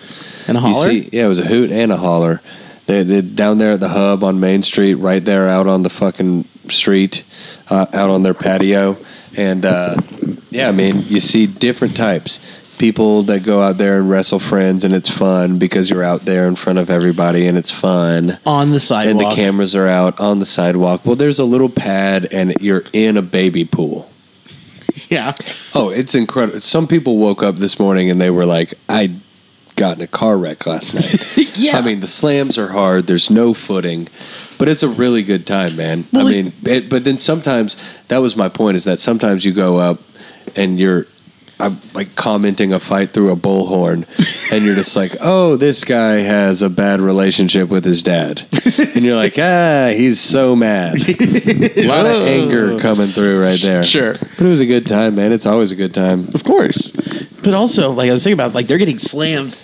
Speaker 1: And a
Speaker 2: You
Speaker 1: holler?
Speaker 2: see- yeah, it was a hoot and a holler. They, they down there at the hub on Main Street, right there out on the fucking street, uh, out on their patio, and uh, yeah, I mean, you see different types. People that go out there and wrestle friends, and it's fun because you're out there in front of everybody, and it's fun
Speaker 1: on the
Speaker 2: and
Speaker 1: sidewalk.
Speaker 2: the cameras are out on the sidewalk. Well, there's a little pad, and you're in a baby pool.
Speaker 1: Yeah.
Speaker 2: Oh, it's incredible. Some people woke up this morning and they were like, I got in a car wreck last night.
Speaker 1: (laughs) Yeah.
Speaker 2: I mean, the slams are hard, there's no footing, but it's a really good time, man.
Speaker 1: Well,
Speaker 2: I
Speaker 1: it-
Speaker 2: mean, it, but then sometimes, that was my point, is that sometimes you go up and you're. I'm like commenting a fight through a bullhorn, and you're just like, "Oh, this guy has a bad relationship with his dad," and you're like, "Ah, he's so mad." a lot of anger coming through right there.
Speaker 1: Sure.
Speaker 2: But it was a good time, man. It's always a good time.
Speaker 1: Of course. But also, like I was thinking about, like they're getting slammed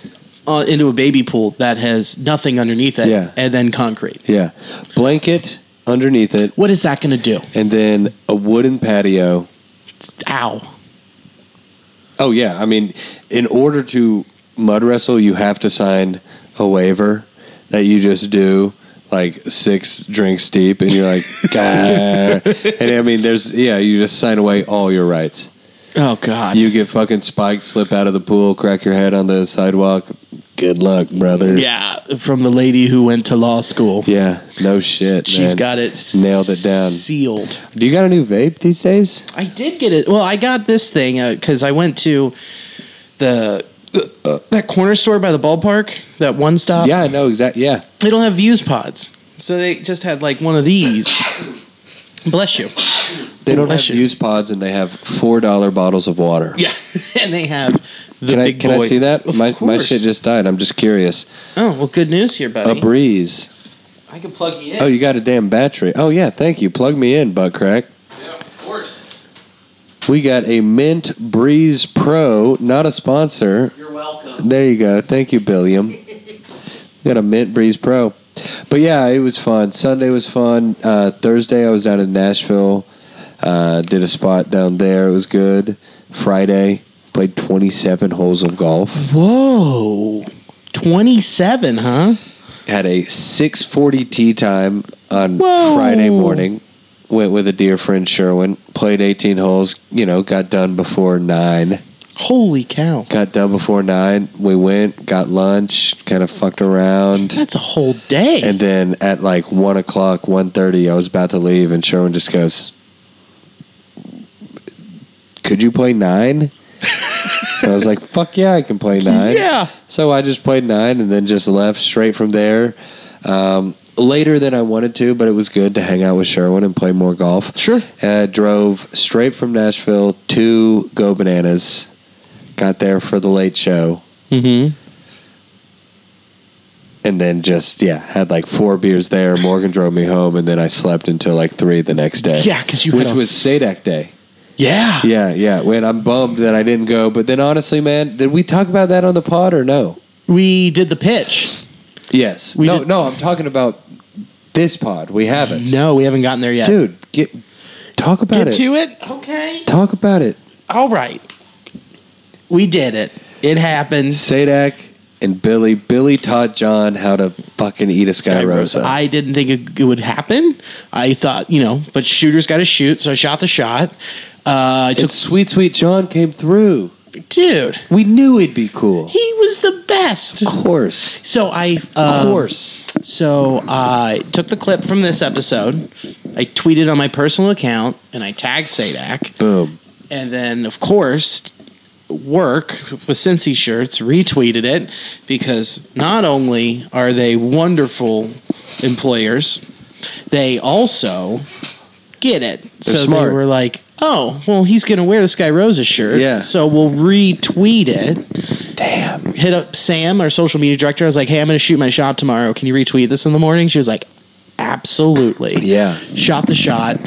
Speaker 1: uh, into a baby pool that has nothing underneath it,
Speaker 2: Yeah.
Speaker 1: and then concrete.
Speaker 2: Yeah. Blanket underneath it,
Speaker 1: What is that going to do?
Speaker 2: and then a wooden patio.
Speaker 1: Ow.
Speaker 2: Oh, yeah. I mean, in order to mud wrestle, you have to sign a waiver that you just do like six drinks deep, and
Speaker 1: (laughs)
Speaker 2: you're like, God. And I mean, there's, yeah, you just sign away all your rights.
Speaker 1: Oh God.
Speaker 2: You get fucking spiked, slip out of the pool, crack your head on the sidewalk. Good luck, brother.
Speaker 1: yeah, from the lady who went to law school.
Speaker 2: Yeah, no shit.
Speaker 1: She's
Speaker 2: man.
Speaker 1: got it
Speaker 2: Nailed it down.
Speaker 1: sealed.
Speaker 2: Do you got a new vape these days?
Speaker 1: I did get it. Well, I got this thing because I went to the uh, that corner store by the ballpark, that one stop.
Speaker 2: Yeah, I know exactly. Yeah,
Speaker 1: they don't have views pods, so they just had like one of these. Bless you.
Speaker 2: they don't have
Speaker 1: Bless you.
Speaker 2: use pods, and they have four dollar bottles of water.
Speaker 1: Yeah, (laughs) and they have the
Speaker 2: Can I
Speaker 1: big
Speaker 2: can
Speaker 1: boy.
Speaker 2: I see that?
Speaker 1: Of
Speaker 2: my my
Speaker 1: course.
Speaker 2: shit just died. I'm just curious.
Speaker 1: Oh well, good news here, buddy.
Speaker 2: A breeze
Speaker 1: I can plug you in.
Speaker 2: Oh, you got a damn battery. Oh yeah, thank you. Plug me in, butt crack.
Speaker 1: yeah, of course.
Speaker 2: We got a Mint Breeze Pro, not a sponsor.
Speaker 1: You're welcome.
Speaker 2: There you go. Thank you, Billiam. got a Mint Breeze Pro. But yeah, it was fun. Sunday was fun. Uh, Thursday, I was down in Nashville. Uh, did a spot down there. It was good. Friday, played 27 holes of golf.
Speaker 1: Whoa. 27, huh?
Speaker 2: Had a 6:40 tee time on
Speaker 1: Whoa.
Speaker 2: Friday morning. Went with a dear friend Sherwin. Played 18 holes. You know, got done before nine.
Speaker 1: Holy cow.
Speaker 2: Got done before nine. We went, got lunch, kind of fucked around.
Speaker 1: That's a whole day.
Speaker 2: And then at like one o'clock, one thirty, I was about to leave, and Sherwin just goes, "Could you play nine? (laughs) And I was like, "Fuck yeah, I can play nine.
Speaker 1: Yeah.
Speaker 2: So I just played nine, and then just left straight from there. Um, later than I wanted to, but it was good to hang out with Sherwin and play more golf.
Speaker 1: Sure.
Speaker 2: Uh, drove straight from Nashville to Go Bananas. Got there for the late show
Speaker 1: mm-hmm.
Speaker 2: and then just yeah had like four beers there morgan drove me home and then i slept until like three the next day
Speaker 1: Yeah, 'cause you had
Speaker 2: which
Speaker 1: a-
Speaker 2: was sadak day
Speaker 1: Yeah.
Speaker 2: yeah yeah when i'm bummed that i didn't go but then honestly man did we talk about that on the pod or no
Speaker 1: We did the pitch.
Speaker 2: yes
Speaker 1: We
Speaker 2: no
Speaker 1: did-
Speaker 2: no i'm talking about this pod we haven't
Speaker 1: No, we haven't gotten there yet.
Speaker 2: dude get talk about
Speaker 1: Mm-hmm. Get
Speaker 2: it
Speaker 1: to it. Okay.
Speaker 2: talk about it
Speaker 1: All right. We did it. It happens.
Speaker 2: sadak and billy billy taught john how to fucking eat a sky, rosa,
Speaker 1: I didn't think it, it would happen. I thought, you know, but shooters got to shoot, so I shot the shot. Uh, I
Speaker 2: and
Speaker 1: took,
Speaker 2: sweet sweet john came through
Speaker 1: dude,
Speaker 2: we knew it'd be cool
Speaker 1: he was the best.
Speaker 2: of course
Speaker 1: So I,
Speaker 2: of
Speaker 1: um,
Speaker 2: course
Speaker 1: So I took the clip from this episode. I tweeted on my personal account and I tagged Sadak.
Speaker 2: Boom.
Speaker 1: And then, of course, work with Cincy shirts retweeted it because not only are they wonderful employers, they also get it. so
Speaker 2: smart.
Speaker 1: they were like, "Oh, well, he's going to wear the Sky Rosa shirt,
Speaker 2: Yeah.
Speaker 1: So we'll retweet it." Damn. Hit up Sam, our social media director. I was like, "Hey, I'm going to shoot my shot tomorrow. Can you retweet this in the morning?" She was like, "Absolutely."
Speaker 2: Yeah.
Speaker 1: shot the shot.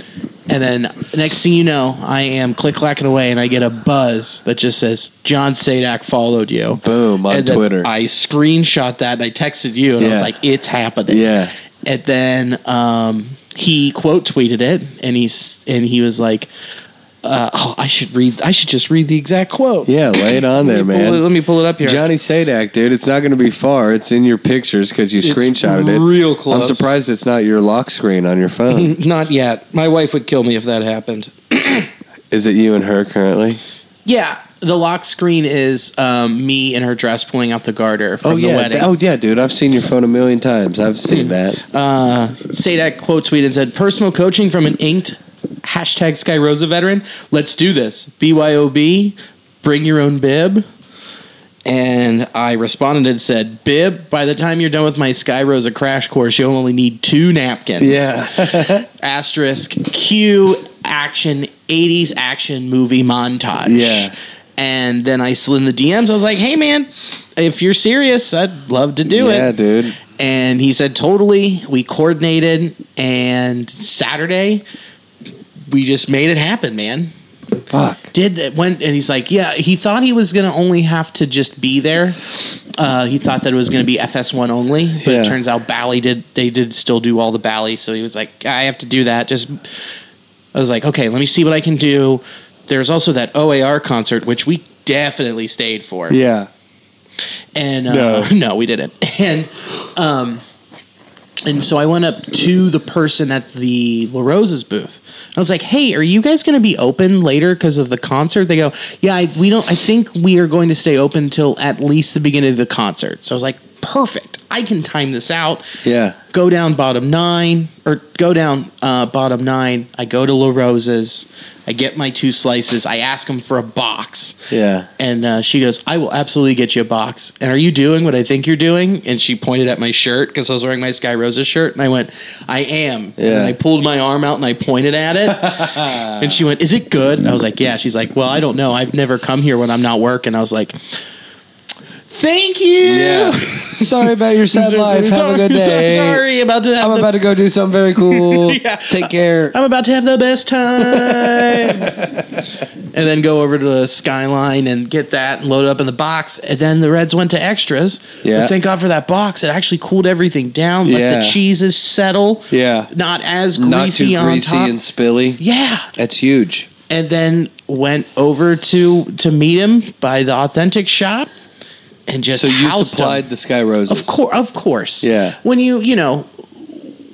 Speaker 1: And then next thing you know, I am click clacking away and I get a buzz that just says, John Sadak followed you.
Speaker 2: Boom, on
Speaker 1: And then
Speaker 2: Twitter.
Speaker 1: I screenshot that and I texted you and I
Speaker 2: Yeah.
Speaker 1: was like, it's happening.
Speaker 2: Yeah.
Speaker 1: And then um, he quote tweeted it and he's and he was like, uh, oh, I should read I should just read the exact quote.
Speaker 2: Yeah, lay it on there,
Speaker 1: Let me
Speaker 2: man.
Speaker 1: pull it- let me pull it up here.
Speaker 2: Johnny Sadak, dude. It's not going to be far. It's in your pictures because you screenshotted it.
Speaker 1: real close. Mm-hmm.
Speaker 2: I'm surprised it's not your lock screen on your phone.
Speaker 1: Not yet. My wife would kill me if that happened.
Speaker 2: Is it you and her currently?
Speaker 1: Yeah, the lock screen is um, me in her dress pulling out the garter from the
Speaker 2: yeah.
Speaker 1: wedding.
Speaker 2: Oh yeah, dude. I've seen your phone a million times. I've seen that.
Speaker 1: uh, Sadak quote tweeted and said, "Personal coaching from an inked hashtag Sky Rosa veteran. Let's do this. BYOB. Bring your own bib." And I responded and said, "Bib, by the time you're done with my Sky Rosa crash course, you'll only need two napkins." asterisk Q action 80s action movie montage.
Speaker 2: Yeah.
Speaker 1: And then I slid in the DMs. I was like, hey, man, if you're serious, I'd love to do it.
Speaker 2: yeah, dude.
Speaker 1: And he said, totally. We coordinated. And Saturday, we just made it happen, man.
Speaker 2: Fuck.
Speaker 1: Did that went and he's like, yeah. He thought he was gonna only have to just be there. Uh, he thought that it was gonna be FS1 only, but
Speaker 2: Yeah.
Speaker 1: it turns out Bally did. They did still do all the Bally, so he was like, I have to do that. Just I was like, okay, let me see what I can do. There's also that OAR concert, which we definitely stayed for
Speaker 2: Yeah.
Speaker 1: and uh, (laughs) no. we didn't. And um, and so I went up to the person at the La Rosa's booth. I was like, "Hey, are you guys going to be open later because of the concert?" They go, "Yeah, I, we don't. I think we are going to stay open till at least the beginning of the concert." So I was like, "Perfect. I can time this out."
Speaker 2: Yeah.
Speaker 1: Go down bottom nine, or go down uh, bottom nine. I go to La Rosa's. I get my two slices. I ask them for a box.
Speaker 2: Yeah.
Speaker 1: And uh, she goes, I will absolutely get you a box. And are you doing what I think you're doing? And she pointed at my shirt because I was wearing my Sky Rosa shirt. And I went, I am.
Speaker 2: Yeah.
Speaker 1: And I pulled my arm out and I pointed at
Speaker 2: (laughs)
Speaker 1: it. and she went, Is it good? And I was like, Yeah. She's like, Well, I don't know. I've never come here when I'm not working. I was like, Thank you.
Speaker 2: (laughs)
Speaker 3: Sorry about your sad life. Have a
Speaker 1: (laughs) Sorry,
Speaker 3: good day.
Speaker 1: so- Sorry about to have
Speaker 3: I'm
Speaker 1: the,
Speaker 3: about to go do something
Speaker 1: (laughs)
Speaker 3: very cool. Take care.
Speaker 1: I'm about to have the best time.
Speaker 2: (laughs)
Speaker 1: and then go over to the Skyline and get that and load it up in the box. And then the Reds went to extras.
Speaker 2: Yeah.
Speaker 1: But thank God for that box. It actually cooled everything down.
Speaker 2: Yeah.
Speaker 1: Let the cheeses settle.
Speaker 2: Yeah.
Speaker 1: Not as greasy
Speaker 2: Not too
Speaker 1: on
Speaker 2: greasy
Speaker 1: top.
Speaker 2: and spilly.
Speaker 1: yeah.
Speaker 2: That's huge.
Speaker 1: and then went over to to meet him by the authentic shop and just
Speaker 2: So you
Speaker 1: housed
Speaker 2: supplied
Speaker 1: him.
Speaker 2: the sky roses.
Speaker 1: of course of course
Speaker 2: Yeah.
Speaker 1: when you you know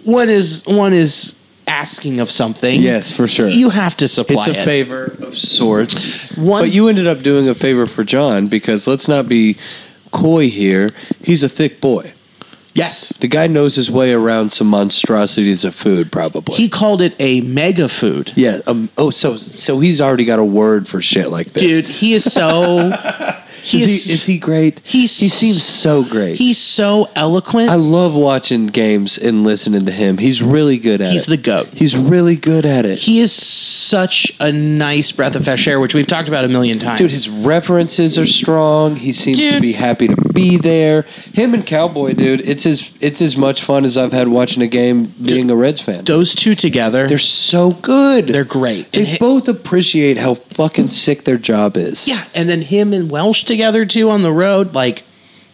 Speaker 1: one is one is asking of something
Speaker 2: Yes, for sure.
Speaker 1: you have to supply
Speaker 2: It's a
Speaker 1: it.
Speaker 2: favor of sorts.
Speaker 1: One-
Speaker 2: but you ended up doing a favor for John because let's not be coy here. He's a thick boy.
Speaker 1: yes
Speaker 2: The guy knows his way around some monstrosities of food, probably.
Speaker 1: he called it a mega food
Speaker 2: yeah. Um, oh, so so he's already got a word for shit like this,
Speaker 1: dude he is
Speaker 2: (laughs)
Speaker 1: so he
Speaker 2: Is
Speaker 1: is,
Speaker 2: he, is he great?
Speaker 1: he's-
Speaker 2: he seems so great.
Speaker 1: he's so eloquent
Speaker 2: I love watching games and listening to him. He's really good at
Speaker 1: He's
Speaker 2: it.
Speaker 1: the goat.
Speaker 2: He's really good at it.
Speaker 1: he is such a nice breath of fresh air which we've talked about a million times
Speaker 2: Dude, his references are strong. He seems to
Speaker 1: Dude.
Speaker 2: be happy to be there. Him and Cowboy, dude, it's as it's as much fun as I've had watching a game being a Reds fan.
Speaker 1: those two together
Speaker 2: They're so good.
Speaker 1: They're great.
Speaker 2: They
Speaker 1: And hi-
Speaker 2: both appreciate how fucking sick their job is.
Speaker 1: Yeah, and then him and Welsh together too on the road, like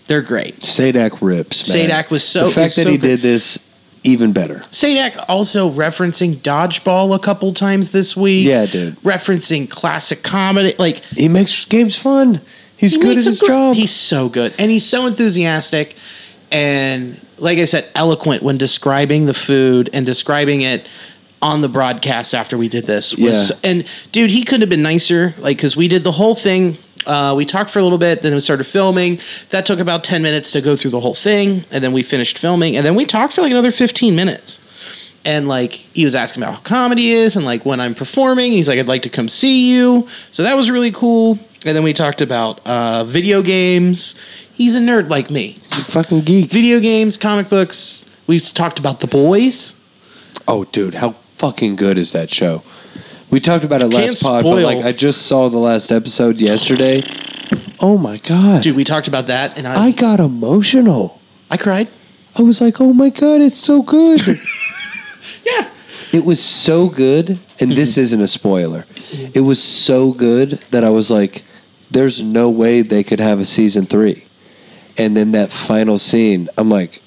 Speaker 1: they're great.
Speaker 2: Sadak rips. Man.
Speaker 1: Sadak was so-
Speaker 2: the fact
Speaker 1: is
Speaker 2: that
Speaker 1: so
Speaker 2: he
Speaker 1: good.
Speaker 2: did this even better.
Speaker 1: Sadak also referencing dodgeball a couple times this week.
Speaker 2: Yeah, dude.
Speaker 1: Referencing classic comedy, like
Speaker 2: He makes games fun. He's
Speaker 1: he
Speaker 2: good at
Speaker 1: makes a
Speaker 2: his
Speaker 1: gr-
Speaker 2: job.
Speaker 1: He's so good, and he's so enthusiastic, and like I said, eloquent when describing the food and describing it on the broadcast after we did this. Was,
Speaker 2: Yeah.
Speaker 1: And dude, he could have been nicer, like because we did the whole thing. Uh, we talked for a little bit, then we started filming. That took about ten minutes to go through the whole thing, and then we finished filming, and then we talked for like another fifteen minutes and like he was asking about how comedy is and like when I'm performing. He's like, I'd like to come see you. So that was really cool. And then we talked about uh, video games. He's a nerd like me.
Speaker 2: He's a fucking geek.
Speaker 1: Video games, comic books. We've talked about the boys.
Speaker 2: Oh, dude, how fucking good is that show? We talked about it
Speaker 1: Can't
Speaker 2: last pod, but
Speaker 1: spoil.
Speaker 2: like I just saw the last episode yesterday. Oh my god,
Speaker 1: Dude, we talked about that, and I
Speaker 2: I
Speaker 1: I,
Speaker 2: got emotional.
Speaker 1: cried.
Speaker 2: I was like, oh my god, it's
Speaker 1: (laughs)
Speaker 2: so good.
Speaker 1: Yeah,
Speaker 2: it was so good, and this
Speaker 1: Mm-hmm.
Speaker 2: isn't a spoiler. It was so good that I was like, there's no way they could have a season three. And then that final scene, I'm like,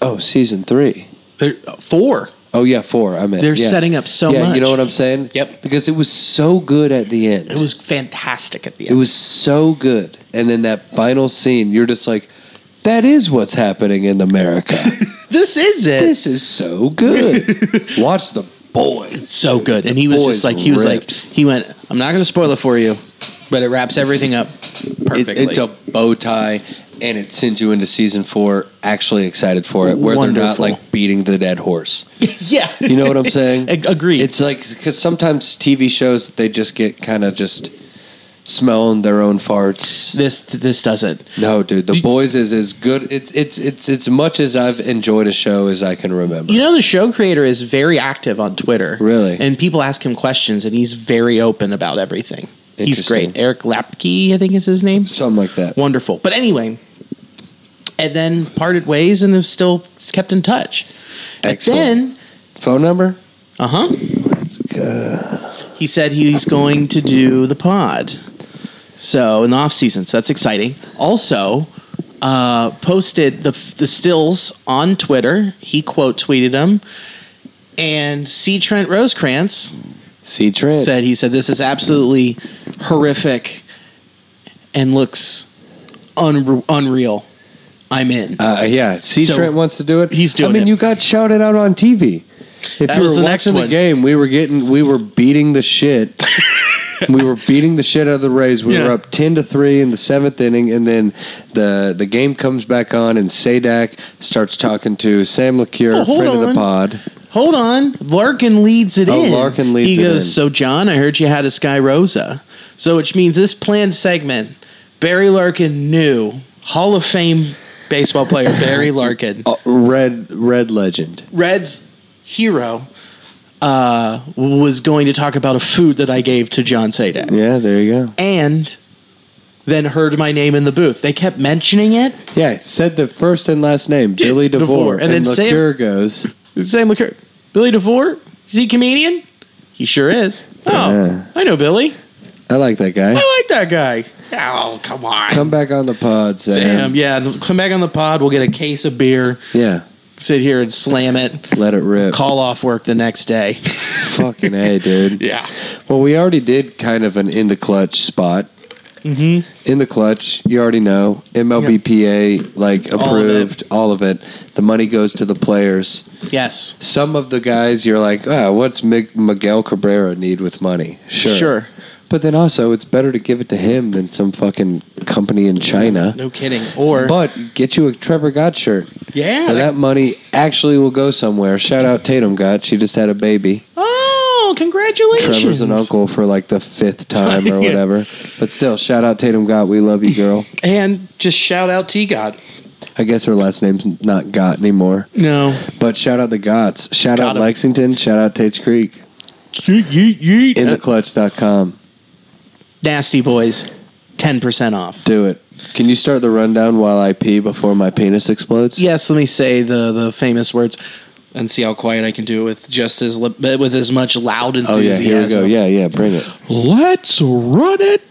Speaker 2: oh, season three.
Speaker 1: there, uh, four.
Speaker 2: Oh yeah, four. I meant
Speaker 1: They're
Speaker 2: yeah.
Speaker 1: setting up so
Speaker 2: yeah, You
Speaker 1: much.
Speaker 2: know what I'm saying?
Speaker 1: Yep.
Speaker 2: Because it was so good at the end.
Speaker 1: It was fantastic at the
Speaker 2: It
Speaker 1: end.
Speaker 2: was so good. And then that final scene, you're just like, that is what's happening
Speaker 1: (laughs)
Speaker 2: in America.
Speaker 1: this is it.
Speaker 2: this is
Speaker 1: (laughs)
Speaker 2: so good. Watch the boys.
Speaker 1: so good, and he was
Speaker 2: boys
Speaker 1: just like he was
Speaker 2: rips.
Speaker 1: like he went. I'm not going to spoil it for you, but it wraps everything up
Speaker 2: It,
Speaker 1: perfectly.
Speaker 2: it's a bow tie, and it sends you into season four actually excited for it, where they're not
Speaker 1: Wonderful.
Speaker 2: like beating the dead horse.
Speaker 1: yeah.
Speaker 2: You know
Speaker 1: (laughs)
Speaker 2: what I'm saying?
Speaker 1: Ag- agreed.
Speaker 2: It's like because sometimes TV shows they just get kind of just smelling their own farts.
Speaker 1: this this doesn't.
Speaker 2: No, dude, the boys is as good. It's it's it's it's much as I've enjoyed a show as I can remember.
Speaker 1: You know, the show creator is very active on Twitter.
Speaker 2: Really?
Speaker 1: And people ask him questions, and he's very open about everything. He's
Speaker 2: Interesting.
Speaker 1: great. Eric Lapke, I think is his name.
Speaker 2: Something like that.
Speaker 1: Wonderful. But anyway, and then parted ways and have still kept in touch.
Speaker 2: Excellent.
Speaker 1: And then,
Speaker 2: Phone number?
Speaker 1: uh huh.
Speaker 2: That's good.
Speaker 1: He said he's going to do the pod. So in the off season, so that's exciting. Also, uh, posted the the stills on Twitter. He quote tweeted them, and C Trent Rosecrans
Speaker 2: See Trent.
Speaker 1: said he said this is absolutely horrific, and looks unre- unreal. I'm in.
Speaker 2: Uh, yeah, C
Speaker 1: So,
Speaker 2: Trent wants to do it.
Speaker 1: he's doing
Speaker 2: I mean,
Speaker 1: it.
Speaker 2: you got shouted out on TV. If
Speaker 1: That
Speaker 2: you were
Speaker 1: was the
Speaker 2: watching
Speaker 1: next
Speaker 2: the
Speaker 1: one.
Speaker 2: game, we were getting, we were beating
Speaker 1: (laughs)
Speaker 2: the shit. we were beating the shit out of the Rays. We were
Speaker 1: Yeah.
Speaker 2: up ten to three in the seventh inning, and then the the game comes back on, and Sadak starts talking to Sam LaCure,
Speaker 1: Oh, hold
Speaker 2: friend of the
Speaker 1: on.
Speaker 2: pod.
Speaker 1: Hold on. Larkin leads it
Speaker 2: Oh,
Speaker 1: in.
Speaker 2: Larkin leads
Speaker 1: he
Speaker 2: it
Speaker 1: goes,
Speaker 2: in.
Speaker 1: So, John, I heard you had a Sky Rosa. So, which means this planned segment, Barry Larkin knew Hall of Fame baseball player
Speaker 2: (laughs)
Speaker 1: Barry Larkin,
Speaker 2: Uh, red Red Legend.
Speaker 1: Red's hero, uh, was going to talk about a food that I gave to John Sadak.
Speaker 2: Yeah, there you go.
Speaker 1: And then heard my name in the booth. They kept mentioning it.
Speaker 2: Yeah, it said the first and last name, Billy DeVore.
Speaker 1: DeVore.
Speaker 2: And,
Speaker 1: And
Speaker 2: then
Speaker 1: then Sam-
Speaker 2: Liqueur goes,
Speaker 1: Sam McCur- Billy DeVore? Is he a comedian? He sure is. Oh,
Speaker 2: Yeah.
Speaker 1: I know Billy.
Speaker 2: I like that guy.
Speaker 1: I like that guy. Oh, come on.
Speaker 2: Come back on the pod, Sam.
Speaker 1: Sam, yeah, come back on the pod. We'll get a case of beer,
Speaker 2: Yeah,
Speaker 1: sit here and slam it,
Speaker 2: let it rip.
Speaker 1: call off work the next day.
Speaker 2: Fucking A,
Speaker 1: (laughs)
Speaker 2: dude.
Speaker 1: yeah.
Speaker 2: Well, we already did kind of an in the clutch spot. Mm-hmm. In the clutch, you already know MLBPA like
Speaker 1: of
Speaker 2: approved all of, it. The money goes to the players.
Speaker 1: Yes.
Speaker 2: Some of the guys, you're like, ah, what's Mig- Miguel Cabrera need with money? Sure,
Speaker 1: Sure.
Speaker 2: But then also, it's better to give it to him than some fucking company in China.
Speaker 1: No kidding. Or
Speaker 2: But get you a Trevor Gott shirt.
Speaker 1: Yeah,
Speaker 2: Where
Speaker 1: that-
Speaker 2: that money actually will go somewhere. Shout out Tatum Gott. She just had a baby.
Speaker 1: oh, congratulations,
Speaker 2: Trevor's an uncle for like
Speaker 1: (laughs)
Speaker 2: the fifth time or
Speaker 1: Yeah.
Speaker 2: whatever. But still, shout out Tatum Gott. We love you, girl.
Speaker 1: And just shout out T God.
Speaker 2: I guess her last name's not Gott anymore.
Speaker 1: No.
Speaker 2: But shout out the Gotts. Shout
Speaker 1: Got
Speaker 2: out
Speaker 1: 'em.
Speaker 2: Lexington. Shout out Tate's Creek. In the clutch.com.
Speaker 1: Uh, Nasty boys, ten percent off.
Speaker 2: Do it. Can you start the rundown while I pee before my penis explodes?
Speaker 1: Yes, let me say the the famous words, and see how quiet I can do it with just as li- with as much loud
Speaker 2: Oh, yeah,
Speaker 1: enthusiasm.
Speaker 2: here we go. Yeah, yeah, bring it.
Speaker 1: Let's run it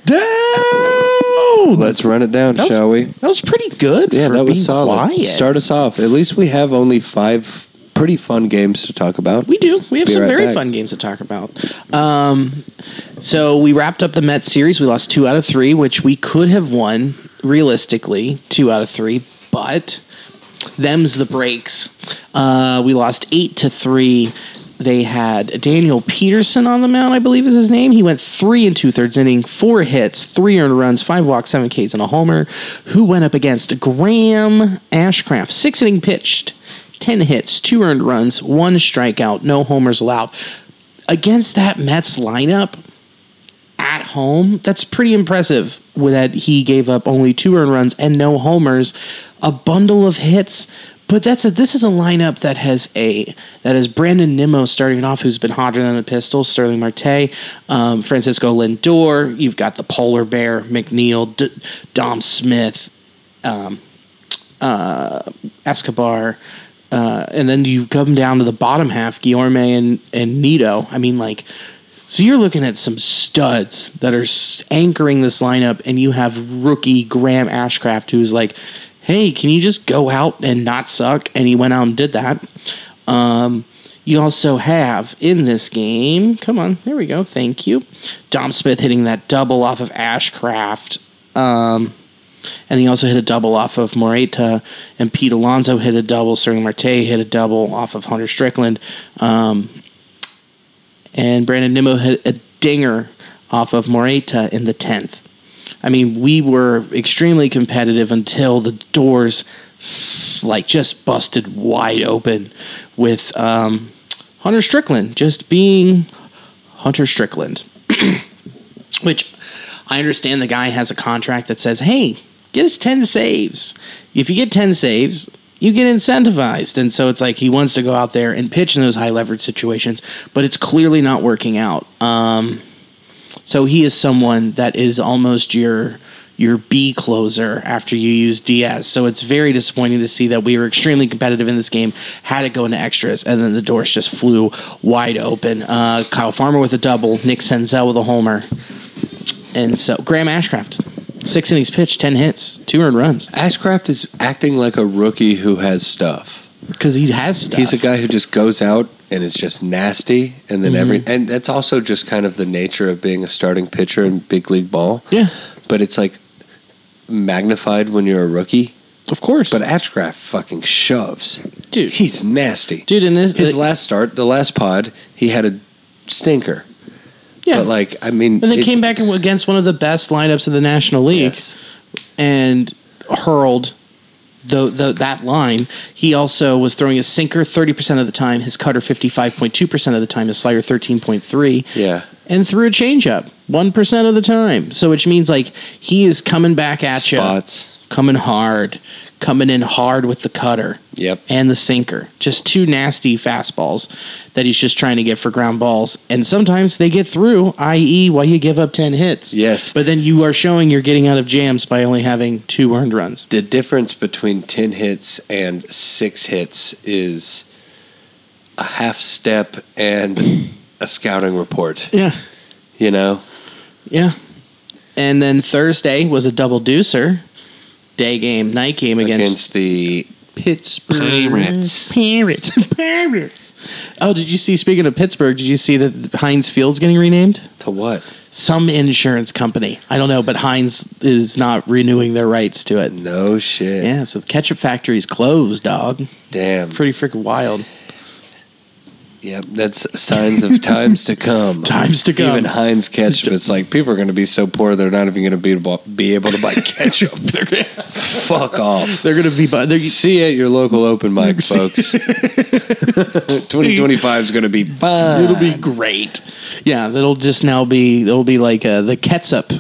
Speaker 1: down.
Speaker 2: Let's run it down,
Speaker 1: That was-
Speaker 2: shall we?
Speaker 1: That was pretty good.
Speaker 2: Yeah,
Speaker 1: for
Speaker 2: that
Speaker 1: being
Speaker 2: was solid.
Speaker 1: Quiet.
Speaker 2: Start us off. At least we have only five pretty fun games to talk about.
Speaker 1: We do. We have
Speaker 2: Be
Speaker 1: some
Speaker 2: right
Speaker 1: very
Speaker 2: back.
Speaker 1: fun games to talk about. Um, so we wrapped up the Mets series. We lost two out of three, which we could have won realistically, two out of three, but them's the breaks. Uh, we lost eight to three. They had Daniel Peterson on the mound, I believe is his name. He went three and two thirds inning, four hits, three earned runs, five walks, seven Ks, and a homer. Who went up against Graham Ashcraft? Six inning pitched, ten hits, two earned runs, one strikeout, no homers allowed. Against that Mets lineup, at home, that's pretty impressive with that he gave up only two earned runs and no homers, a bundle of hits. But that's a, this is a lineup that has a that has Brandon Nimmo starting off, who's been hotter than the Pistol, Sterling Marte, um, Francisco Lindor. You've got the Polar Bear, McNeil, D- Dom Smith, Escobar, uh, and then you come down to the bottom half, Guillorme and and Nito. I mean, like, so you're looking at some studs that are s- anchoring this lineup, and you have rookie Graham Ashcraft, who's like, "Hey, can you just go out and not suck?" And he went out and did that. Um, you also have in this game, come on, there we go, thank you, Dom Smith hitting that double off of Ashcraft. Um, and he also hit a double off of Moreta, and Pete Alonso hit a double. Sterling Marte hit a double off of Hunter Strickland, um, and Brandon Nimmo hit a dinger off of Moreta in the tenth. I mean, we were extremely competitive until the doors s- like just busted wide open with um, Hunter Strickland just being Hunter Strickland which I understand the guy has a contract that says, hey, get us 10 saves. If you get 10 saves, you get incentivized. And so it's like he wants to go out there and pitch in those high leverage situations, but it's clearly not working out. Um, so he is someone that is almost your your B closer after you use Diaz. So it's very disappointing to see that we were extremely competitive in this game, had it go into extras, and then the doors just flew wide open. Uh, Kyle Farmer with a double, Nick Senzel with a homer, and so Graham Ashcraft, six innings pitched, ten hits, two earned runs,
Speaker 2: Ashcraft is acting like a rookie who has stuff.
Speaker 1: because he has stuff.
Speaker 2: He's a guy who just goes out and is just nasty, and then every
Speaker 1: Mm-hmm.
Speaker 2: and that's also just kind of the nature of being a starting pitcher in big league ball.
Speaker 1: Yeah.
Speaker 2: but it's like magnified when you're a rookie.
Speaker 1: of course,
Speaker 2: But Ashcraft fucking shoves,
Speaker 1: Dude.
Speaker 2: He's nasty,
Speaker 1: dude, in this, uh,
Speaker 2: His
Speaker 1: like-
Speaker 2: last start, the last pod, he had a stinker.
Speaker 1: yeah.
Speaker 2: But like, I mean,
Speaker 1: and they
Speaker 2: it-
Speaker 1: came back against one of the best lineups of the National League.
Speaker 2: Yes.
Speaker 1: and hurled the, the that line. He also was throwing his sinker 30% of the time, his cutter 55.2% of the time, his slider 13.3.
Speaker 2: Yeah.
Speaker 1: And threw a changeup 1% of the time. So which means like he is coming back at you
Speaker 2: spots.
Speaker 1: coming hard, coming in hard with the cutter.
Speaker 2: Yep.
Speaker 1: And the sinker. Just two nasty fastballs that he's just trying to get for ground balls. And sometimes they get through, i.e., why you give up 10 hits.
Speaker 2: Yes.
Speaker 1: But then you are showing you're getting out of jams by only having two earned runs.
Speaker 2: the difference between 10 hits and 6 hits is a half step and a scouting report
Speaker 1: Yeah.
Speaker 2: you know
Speaker 1: Yeah. And then Thursday was a double deucer day game, night game against,
Speaker 2: against the
Speaker 1: Pittsburgh (laughs)
Speaker 2: Pirates.
Speaker 1: Pirates. Pirates. Oh, did you see, speaking of Pittsburgh, did you see that Heinz Field's getting renamed?
Speaker 2: to what
Speaker 1: Some insurance company. I don't know, but Heinz is not renewing their rights to it.
Speaker 2: no shit
Speaker 1: Yeah, so the ketchup factory's closed, dog.
Speaker 2: damn
Speaker 1: Pretty freaking (laughs) wild.
Speaker 2: yep that's signs of times to
Speaker 1: (laughs)
Speaker 2: come
Speaker 1: Times to come.
Speaker 2: even heinz ketchup it's like people are going to be so poor they're not even going to be able, be able to
Speaker 1: (laughs)
Speaker 2: buy ketchup they're going to fuck off
Speaker 1: They're going to be, bu- they're,
Speaker 2: see you at your local open
Speaker 1: (laughs)
Speaker 2: mic folks (laughs) 2025 is going to be fun
Speaker 1: It'll be great. Yeah, that'll just now be it'll be like uh, the ketchup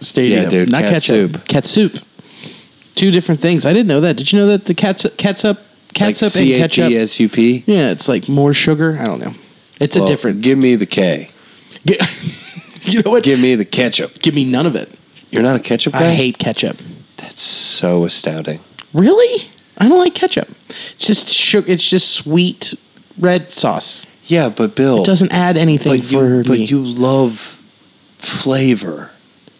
Speaker 1: stadium.
Speaker 2: Yeah, dude,
Speaker 1: not ketchup,
Speaker 2: catsup.
Speaker 1: ketchup. Two different things. I didn't know that. Did you know that the ketchup, ketchup,
Speaker 2: like
Speaker 1: ketchup, and ketchup?
Speaker 2: E c-h-e-s-u-p
Speaker 1: Yeah, it's like more sugar. I don't know. It's
Speaker 2: Well,
Speaker 1: a different.
Speaker 2: Give me the K.
Speaker 1: Gi- (laughs) you know what? Give,
Speaker 2: Give me the ketchup.
Speaker 1: me none of it.
Speaker 2: You're not a ketchup guy.
Speaker 1: I hate ketchup.
Speaker 2: That's so astounding.
Speaker 1: Really? I don't like ketchup. It's just sugar. It's just sweet red sauce.
Speaker 2: Yeah, but Bill
Speaker 1: It doesn't add anything
Speaker 2: Oh. But
Speaker 1: for
Speaker 2: you, but
Speaker 1: me.
Speaker 2: you love flavor,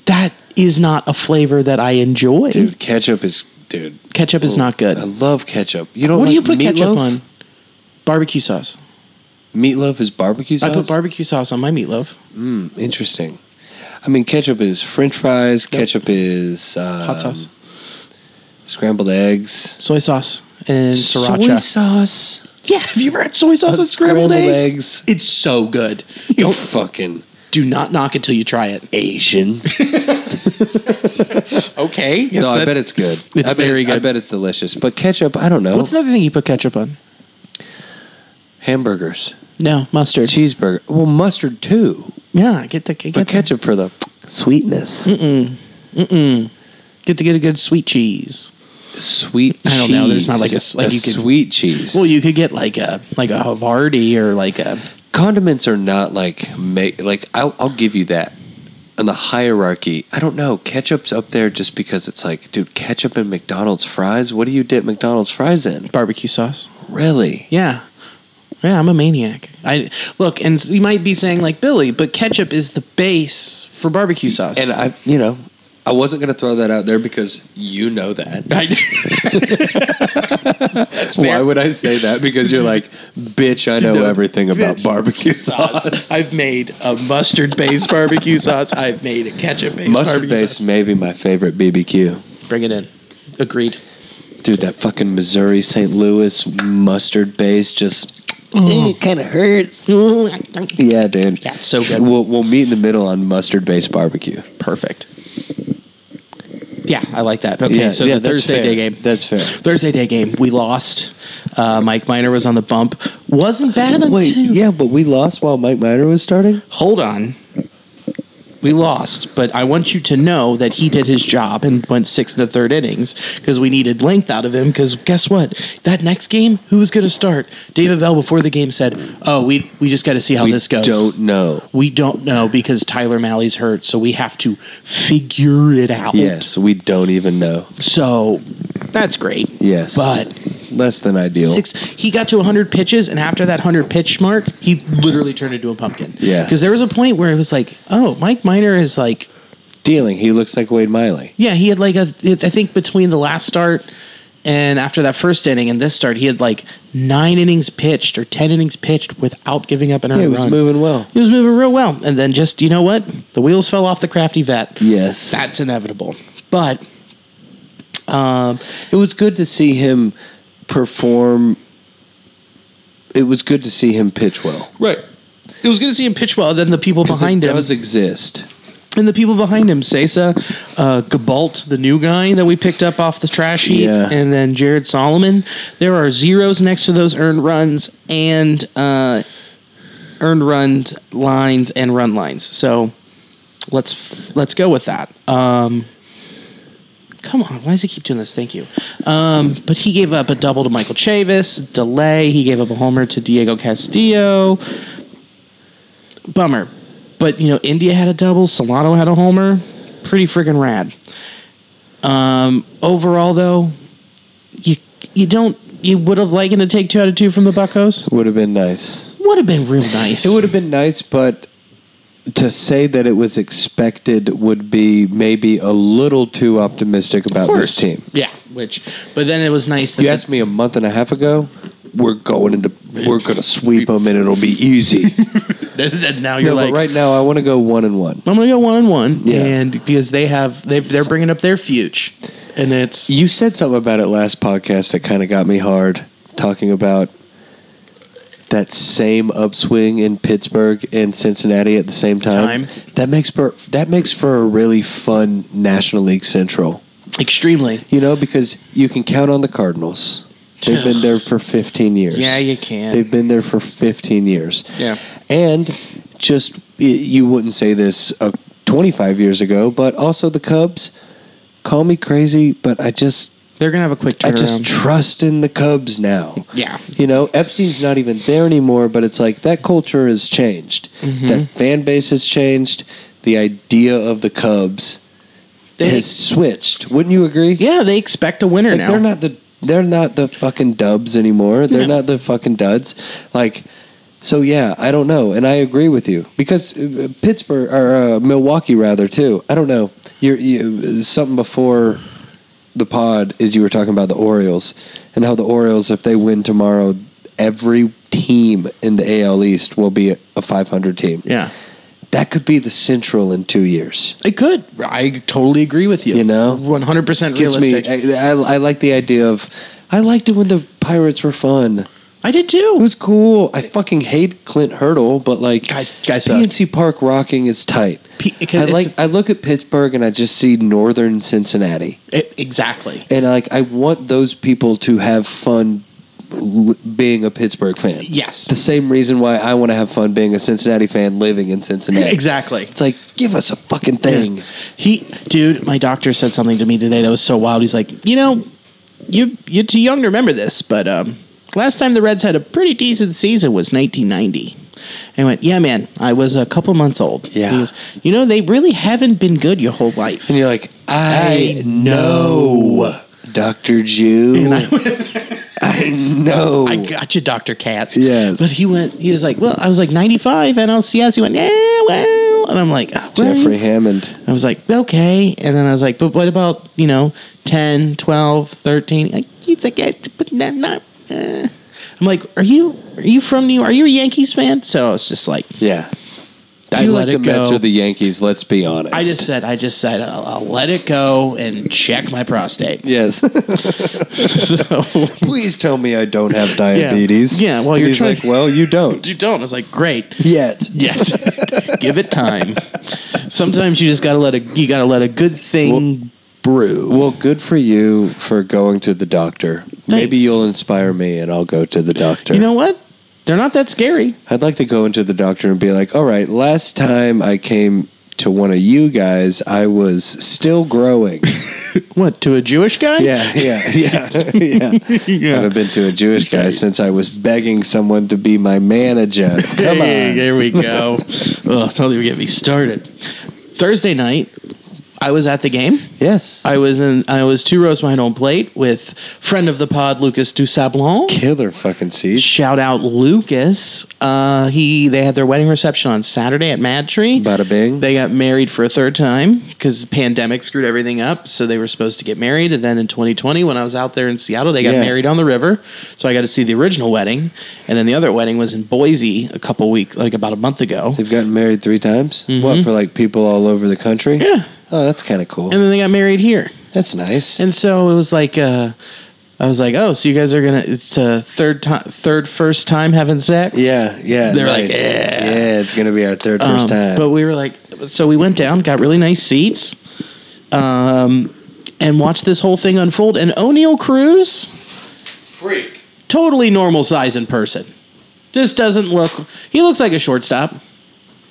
Speaker 1: that is not a flavor that I enjoy.
Speaker 2: dude. Ketchup is dude.
Speaker 1: Ketchup is not good.
Speaker 2: I love ketchup. You don't.
Speaker 1: What do
Speaker 2: like
Speaker 1: you put
Speaker 2: meatloaf?
Speaker 1: ketchup on? Barbecue sauce.
Speaker 2: Meatloaf is barbecue sauce.
Speaker 1: I put barbecue sauce on my meatloaf.
Speaker 2: Interesting. I mean, ketchup is French fries. Ketchup is um,
Speaker 1: Hot sauce,
Speaker 2: scrambled eggs,
Speaker 1: soy sauce, and
Speaker 2: soy
Speaker 1: sriracha.
Speaker 2: sauce.
Speaker 1: yeah, have you ever had soy sauce and scrambled,
Speaker 2: scrambled
Speaker 1: eggs?
Speaker 2: eggs.
Speaker 1: It's so
Speaker 2: (laughs)
Speaker 1: good.
Speaker 2: You fucking
Speaker 1: Do not knock it till you try it. (laughs)
Speaker 2: Asian.
Speaker 1: Okay.
Speaker 2: no, I bet it's good.
Speaker 1: It's
Speaker 2: I bet
Speaker 1: very
Speaker 2: it- I
Speaker 1: good.
Speaker 2: bet it's delicious. But ketchup, I don't know.
Speaker 1: What's another thing you put ketchup on?
Speaker 2: Hamburgers,
Speaker 1: No, mustard.
Speaker 2: cheeseburger. Well, mustard too,
Speaker 1: Yeah, get the get,
Speaker 2: but
Speaker 1: the-
Speaker 2: ketchup for the sweetness.
Speaker 1: get to get a good sweet cheese.
Speaker 2: Sweet.
Speaker 1: I don't know, there's not like a s- like you could-
Speaker 2: sweet cheese.
Speaker 1: Well, you could get like a like a Havarti or like a
Speaker 2: condiments are not like make like I'll, I'll give you that. On the hierarchy, I don't know. Ketchup's up there just because it's like, dude, ketchup and McDonald's fries. What do you dip McDonald's fries in?
Speaker 1: barbecue sauce.
Speaker 2: Really?
Speaker 1: Yeah. Yeah, I'm a maniac. I look, and you might be saying like Billy, but ketchup is the base for barbecue sauce.
Speaker 2: And I, you know, I wasn't gonna throw that out there because you know that.
Speaker 1: I, (laughs)
Speaker 2: Why would I say that? Because you're like, bitch, I know everything about
Speaker 1: (laughs)
Speaker 2: barbecue (laughs) sauce.
Speaker 1: I've made a mustard-based barbecue sauce. I've made a ketchup-based
Speaker 2: Mustard
Speaker 1: barbecue
Speaker 2: base
Speaker 1: sauce.
Speaker 2: may be my favorite BBQ.
Speaker 1: Bring it in. Agreed.
Speaker 2: Dude, that fucking Missouri St. Louis mustard base just.
Speaker 3: It kind of hurts. (laughs)
Speaker 2: Yeah, dude.
Speaker 1: Yeah, so good.
Speaker 2: We'll, we'll meet in the middle on mustard based barbecue.
Speaker 1: Perfect. Yeah, I like that. Okay,
Speaker 2: yeah,
Speaker 1: so
Speaker 2: yeah,
Speaker 1: the
Speaker 2: that's
Speaker 1: Thursday
Speaker 2: fair.
Speaker 1: day game.
Speaker 2: That's fair.
Speaker 1: Thursday day game. We lost. Uh, Mike Miner was on the bump. Wasn't bad until
Speaker 2: Wait, yeah, but we lost while Mike Miner was starting?
Speaker 1: hold on. We lost, but I want you to know that he did his job and went six and a third innings because we needed length out of him. Because guess what? That next game, who was going to start? David Bell before the game said, "Oh, we we just got to see how this goes."
Speaker 2: Don't know.
Speaker 1: We don't know because Tyler Malley's hurt, so we have to figure it out.
Speaker 2: Yes, we don't even know.
Speaker 1: So that's great.
Speaker 2: Yes.
Speaker 1: But
Speaker 2: Less than ideal.
Speaker 1: six. He got to 100 pitches, and after that 100 pitch mark, he literally turned into a pumpkin.
Speaker 2: Yeah.
Speaker 1: Because there was a point where it was like, oh, Mike Miner is like,
Speaker 2: Dealing. He looks like Wade Miley.
Speaker 1: yeah, he had like a, I think between the last start and after that first inning and this start, he had like nine innings pitched or 10 innings pitched without giving up an earned
Speaker 2: he was
Speaker 1: run.
Speaker 2: moving well.
Speaker 1: He was moving real well. And then just, you know what? The wheels fell off the crafty vet.
Speaker 2: Yes.
Speaker 1: That's inevitable. But
Speaker 2: It was good to see him perform. It was good to see him pitch well.
Speaker 1: right. It was good to see him pitch well. and Then the people
Speaker 2: 'Cause
Speaker 1: behind
Speaker 2: it
Speaker 1: him
Speaker 2: does exist.
Speaker 1: And the people behind him, Sesa, uh, Gabalt, the new guy that we picked up off the trash heap,
Speaker 2: Yeah.
Speaker 1: and then Jared Solomon. There are zeros next to those earned runs and uh, earned run lines and run lines. So let's let's go with that. Um, Come on, why does he keep doing this? Thank you. Um, but he gave up a double to Michael Chavis, delay. He gave up a homer to Diego Castillo. Bummer. But, you know, India had a double, Solano had a homer. Pretty freaking rad. Um, overall, though, you you don't you would have liked to take two out of two from the Buckos.
Speaker 2: Would have been nice.
Speaker 1: Would have been real nice.
Speaker 2: It would have been nice, but to say that it was expected would be maybe a little too optimistic about this team.
Speaker 1: Yeah, which but then it was nice that
Speaker 2: You asked me a month and a half ago. We're going into we're going to sweep them and it'll be easy.
Speaker 1: that now (laughs) you're
Speaker 2: no,
Speaker 1: like
Speaker 2: but right now I want to go one and one.
Speaker 1: I'm gonna go one and one,
Speaker 2: Yeah.
Speaker 1: and because they have they they're bringing up their fuge, and it's
Speaker 2: You said something about it last podcast that kind of got me hard, talking about that same upswing in Pittsburgh and Cincinnati at the same time.
Speaker 1: Time.
Speaker 2: That makes for, that makes for a really fun National League Central.
Speaker 1: extremely.
Speaker 2: You know, because you can count on the Cardinals. They've been there for 15 years.
Speaker 1: Yeah, you can.
Speaker 2: They've been there for 15 years.
Speaker 1: Yeah.
Speaker 2: And just, y- you wouldn't say this uh, 25 years ago, but also the Cubs. Call me crazy, but I just
Speaker 1: They're gonna have a quick
Speaker 2: I
Speaker 1: turnaround.
Speaker 2: just trust in the Cubs now.
Speaker 1: Yeah.
Speaker 2: You know, Epstein's not even there anymore, but it's like that culture has changed.
Speaker 1: Mm-hmm.
Speaker 2: That fan base has changed. The idea of the Cubs
Speaker 1: They-
Speaker 2: has switched. Wouldn't you agree?
Speaker 1: yeah, they expect a winner
Speaker 2: Like,
Speaker 1: now.
Speaker 2: they're not the they're not the fucking dubs anymore. They're not the fucking duds. Like so yeah, I don't know and I agree with you. Because uh, Pittsburgh or uh, Milwaukee rather too. I don't know. You're, you something before the pod is you were talking about the Orioles and how the Orioles if they win tomorrow every team in the AL East will be a, a 500 team.
Speaker 1: Yeah,
Speaker 2: That could be the Central in 2 years.
Speaker 1: it could. I totally agree with you.
Speaker 2: You know?
Speaker 1: one hundred percent
Speaker 2: Gets me
Speaker 1: realistic.
Speaker 2: I, I, I like the idea of I liked it when the Pirates were fun.
Speaker 1: I did
Speaker 2: It
Speaker 1: too.
Speaker 2: was cool. I fucking hate Clint Hurdle, but like
Speaker 1: Guys- guys suck.
Speaker 2: PNC Park rocking is tight.
Speaker 1: P- because
Speaker 2: I
Speaker 1: it's-
Speaker 2: like I look at Pittsburgh and I just see northern Cincinnati.
Speaker 1: It- E, exactly.
Speaker 2: And like I want those people to have fun l- being a Pittsburgh fan.
Speaker 1: Yes. (laughs)
Speaker 2: The same reason why I want to have fun being a Cincinnati fan living
Speaker 1: (laughs)
Speaker 2: in Cincinnati.
Speaker 1: Exactly.
Speaker 2: It's like give us a fucking thing.
Speaker 1: He, dude, my doctor said something to me today that was so wild. He's like, you know, you you're too young to remember this, but um, last time the Reds had a pretty decent season was 1990. And I went, yeah, man, I was a couple months old.
Speaker 2: Yeah.
Speaker 1: He goes, you know, they really haven't been good your whole life.
Speaker 2: And you're like, I,
Speaker 1: I
Speaker 2: know, Dr. Jew.
Speaker 1: And I
Speaker 2: (laughs) I know.
Speaker 1: (laughs) I got you, Dr. Katz.
Speaker 2: Yes.
Speaker 1: But he went, he was like, well, I was like 95 NLCS. He went, yeah, well. And I'm like, where are you
Speaker 2: Jeffrey Hammond.
Speaker 1: I was like, okay. And then I was like, but what about, you know, 10, 12, 13? Like, he's like, eh, but not, not uh. I'm like, are you, are you from New Are you a Yankees fan? So I was just like,
Speaker 2: Yeah.
Speaker 1: I
Speaker 2: I like
Speaker 1: let
Speaker 2: the
Speaker 1: it
Speaker 2: Mets
Speaker 1: go.
Speaker 2: or the Yankees, let's be honest.
Speaker 1: I just said, I just said, I'll, I'll let it go and check my prostate.
Speaker 2: (laughs) Yes.
Speaker 1: (laughs) So (laughs)
Speaker 2: Please tell me I don't have diabetes.
Speaker 1: Yeah, well,
Speaker 2: And
Speaker 1: you're
Speaker 2: he's
Speaker 1: trying-
Speaker 2: like, well,
Speaker 1: (laughs)
Speaker 2: you don't.
Speaker 1: you don't. I was like, great.
Speaker 2: Yet. (laughs)
Speaker 1: Yes. Give it time. Sometimes you just gotta let a you gotta let a good thing brew.
Speaker 2: Well, good for you for going to the doctor.
Speaker 1: Thanks.
Speaker 2: Maybe you'll inspire me and I'll go to the doctor.
Speaker 1: You know what? They're not that scary.
Speaker 2: I'd like to go into the doctor and be like, all right, last time I came to one of you guys, I was
Speaker 1: (laughs)
Speaker 2: still growing.
Speaker 1: What to a Jewish guy?
Speaker 2: Yeah, (laughs)
Speaker 1: (laughs)
Speaker 2: yeah, yeah, yeah. I haven't been to a Jewish guy since I was begging someone to be
Speaker 1: (laughs)
Speaker 2: my manager. Come
Speaker 1: Hey,
Speaker 2: on.
Speaker 1: There we
Speaker 2: (laughs)
Speaker 1: go. oh, don't even get me started. Thursday night, I was at the game.
Speaker 2: Yes.
Speaker 1: I was in. I was two rows behind on plate with friend of the pod Lucas Dussablon.
Speaker 2: Killer fucking seats.
Speaker 1: Shout out Lucas. Uh, he they had their wedding reception on Saturday at Mad Tree.
Speaker 2: Bada bing.
Speaker 1: They got married for a third time because pandemic screwed everything up. So they were supposed to get married, and then in 2020, when I was out there in Seattle, they got
Speaker 2: Yeah.
Speaker 1: married on the river. So I got to see the original wedding, and then the other wedding was in Boise a couple weeks, like about a month ago.
Speaker 2: They've gotten married three times. What for like people all over the country?
Speaker 1: Mm-hmm. Yeah.
Speaker 2: Oh, that's kind of cool.
Speaker 1: And then they got married here,
Speaker 2: that's nice.
Speaker 1: and so it was like. Uh, I was like, "Oh, so you guys are gonna? It's a third time, third first time having sex."
Speaker 2: yeah, yeah.
Speaker 1: They're
Speaker 2: nice.
Speaker 1: like, "Yeah." Um,
Speaker 2: yeah. It's gonna be our third first time.
Speaker 1: But we were like, so we went down, got really nice seats, um, and watched this whole thing unfold. And O'Neill Cruz, freak, totally normal size in person. Just doesn't look. He looks like a shortstop.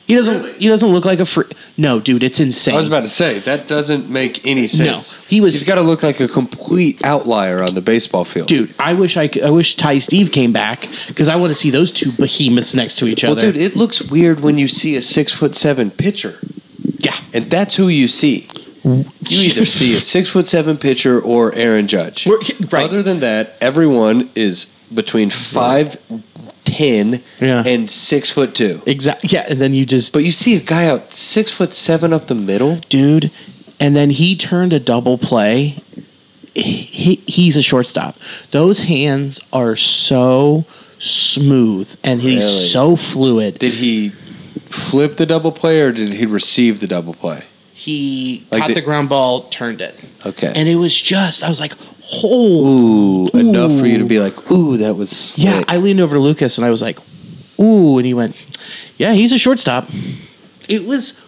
Speaker 1: He doesn't. He doesn't look like a freak. No, dude, it's insane.
Speaker 2: I was about to say that doesn't make any sense.
Speaker 1: he was-
Speaker 2: He's got to look like a complete outlier on the baseball field,
Speaker 1: dude, I wish I, could, I wish Ty Steve came back because I want to see those two behemoths next to each
Speaker 2: Well,
Speaker 1: other.
Speaker 2: dude, it looks weird when you see a six foot seven pitcher,
Speaker 1: yeah,
Speaker 2: and that's who you see. You either see a six foot seven pitcher or Aaron Judge.
Speaker 1: We're- (laughs) right.
Speaker 2: Other than that, everyone is between five ten
Speaker 1: Yeah.
Speaker 2: and six foot two.
Speaker 1: exactly. Yeah, and then you just,
Speaker 2: But you see a guy out six foot seven up the middle.
Speaker 1: dude, and then he turned a double play. He, he's a shortstop. Those hands are so smooth, and he's
Speaker 2: Really?
Speaker 1: so fluid.
Speaker 2: Did he flip the double play or did he receive the double play?
Speaker 1: he
Speaker 2: Like
Speaker 1: caught
Speaker 2: the-
Speaker 1: the, ground ball, turned it,
Speaker 2: Okay.
Speaker 1: and it was just. I was like, holy.
Speaker 2: ooh, enough for you to be like, ooh, that was slick.
Speaker 1: Yeah, I leaned over to Lucas and I was like, "Ooh," and he went, "Yeah, he's a shortstop." It was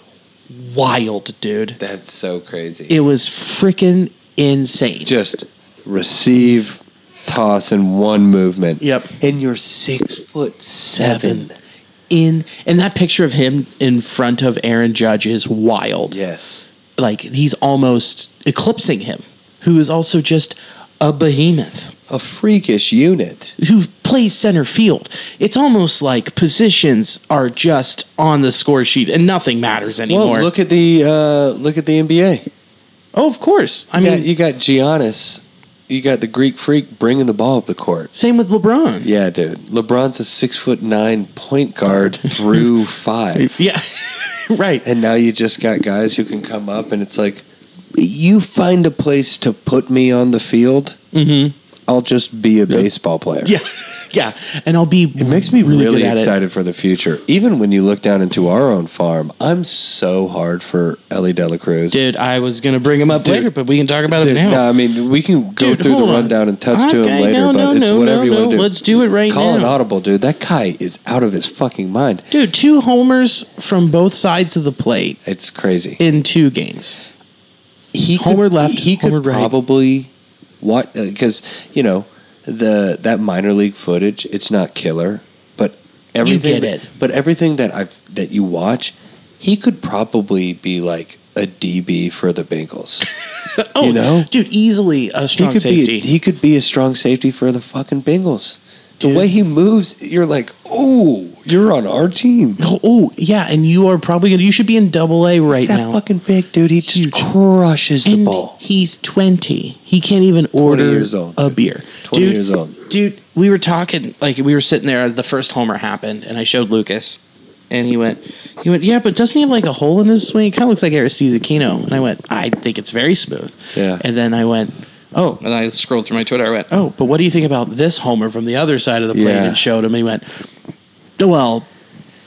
Speaker 1: wild, dude.
Speaker 2: That's so crazy.
Speaker 1: It was freaking insane.
Speaker 2: Just receive, toss in one movement.
Speaker 1: Yep.
Speaker 2: And you're six foot seven.
Speaker 1: Seven in and that picture of him in front of Aaron Judge is wild.
Speaker 2: Yes.
Speaker 1: Like he's almost eclipsing him, who is also just a behemoth.
Speaker 2: A freakish unit.
Speaker 1: who plays center field. It's almost like positions are just on the score sheet and nothing matters anymore.
Speaker 2: Well, look at the uh, look at the NBA.
Speaker 1: oh, of course. I
Speaker 2: I mean,
Speaker 1: mean,
Speaker 2: you got Giannis. You got the Greek freak bringing the ball up the court.
Speaker 1: same with LeBron.
Speaker 2: Yeah, dude. LeBron's a six foot nine point
Speaker 1: (laughs)
Speaker 2: guard through five.
Speaker 1: Yeah. (laughs)
Speaker 2: (laughs)
Speaker 1: right.
Speaker 2: And now you just got guys who can come up and it's like you find a place to put me on the field, mm-hmm. I'll just be a baseball player.
Speaker 1: Yeah. yeah. And I'll be
Speaker 2: It makes me really,
Speaker 1: good at it.
Speaker 2: excited for the future. Even when you look down into our own farm, I'm so hard for Ellie Dela Cruz.
Speaker 1: Dude, I was going to bring him up
Speaker 2: Dude.
Speaker 1: later, but we can talk about
Speaker 2: Dude, uh,
Speaker 1: it now.
Speaker 2: no, I mean we can go
Speaker 1: Dude,
Speaker 2: through the
Speaker 1: hold on.
Speaker 2: rundown and touch to him
Speaker 1: Okay,
Speaker 2: later,
Speaker 1: no,
Speaker 2: but
Speaker 1: no,
Speaker 2: it's
Speaker 1: no,
Speaker 2: whatever
Speaker 1: no,
Speaker 2: you want
Speaker 1: no.
Speaker 2: to do.
Speaker 1: Let's do it right
Speaker 2: Call an
Speaker 1: now.
Speaker 2: audible, dude. That guy is out of his fucking mind.
Speaker 1: Dude, two homers from both sides of the plate
Speaker 2: It's crazy.
Speaker 1: in two games.
Speaker 2: he could-
Speaker 1: Homer left,
Speaker 2: He could
Speaker 1: Homer right.
Speaker 2: probably what because you know the that minor league footage. It's not killer, but everything.
Speaker 1: get
Speaker 2: that-
Speaker 1: it.
Speaker 2: But everything that I've that you watch, he could probably be like a DB for the Bengals.
Speaker 1: Oh,
Speaker 2: You know?
Speaker 1: dude, easily a
Speaker 2: he
Speaker 1: strong
Speaker 2: could
Speaker 1: safety.
Speaker 2: be. He could be a strong safety for the fucking Bengals. The way he moves, you're like, oh, you're on our team.
Speaker 1: oh, oh, yeah, and you are probably going to you should be in double A (laughs) right
Speaker 2: that
Speaker 1: now.
Speaker 2: fucking big dude, he just
Speaker 1: Huge.
Speaker 2: crushes the
Speaker 1: And
Speaker 2: ball.
Speaker 1: He's 20. He can't even order
Speaker 2: years old,
Speaker 1: a
Speaker 2: dude.
Speaker 1: beer.
Speaker 2: 20
Speaker 1: dude,
Speaker 2: years old.
Speaker 1: Dude, we were talking like we were sitting there the first homer happened and I showed Lucas and he went he went, "Yeah, but doesn't he have like a hole in his swing? It kind of looks like Aristides Aquino." And I went, "I think it's very smooth."
Speaker 2: Yeah.
Speaker 1: And then I went, "Oh," and I scrolled through my Twitter. I went, "Oh, but what do you think about this homer from the other side of the plate?"
Speaker 2: Yeah.
Speaker 1: And showed him and he went, "Well,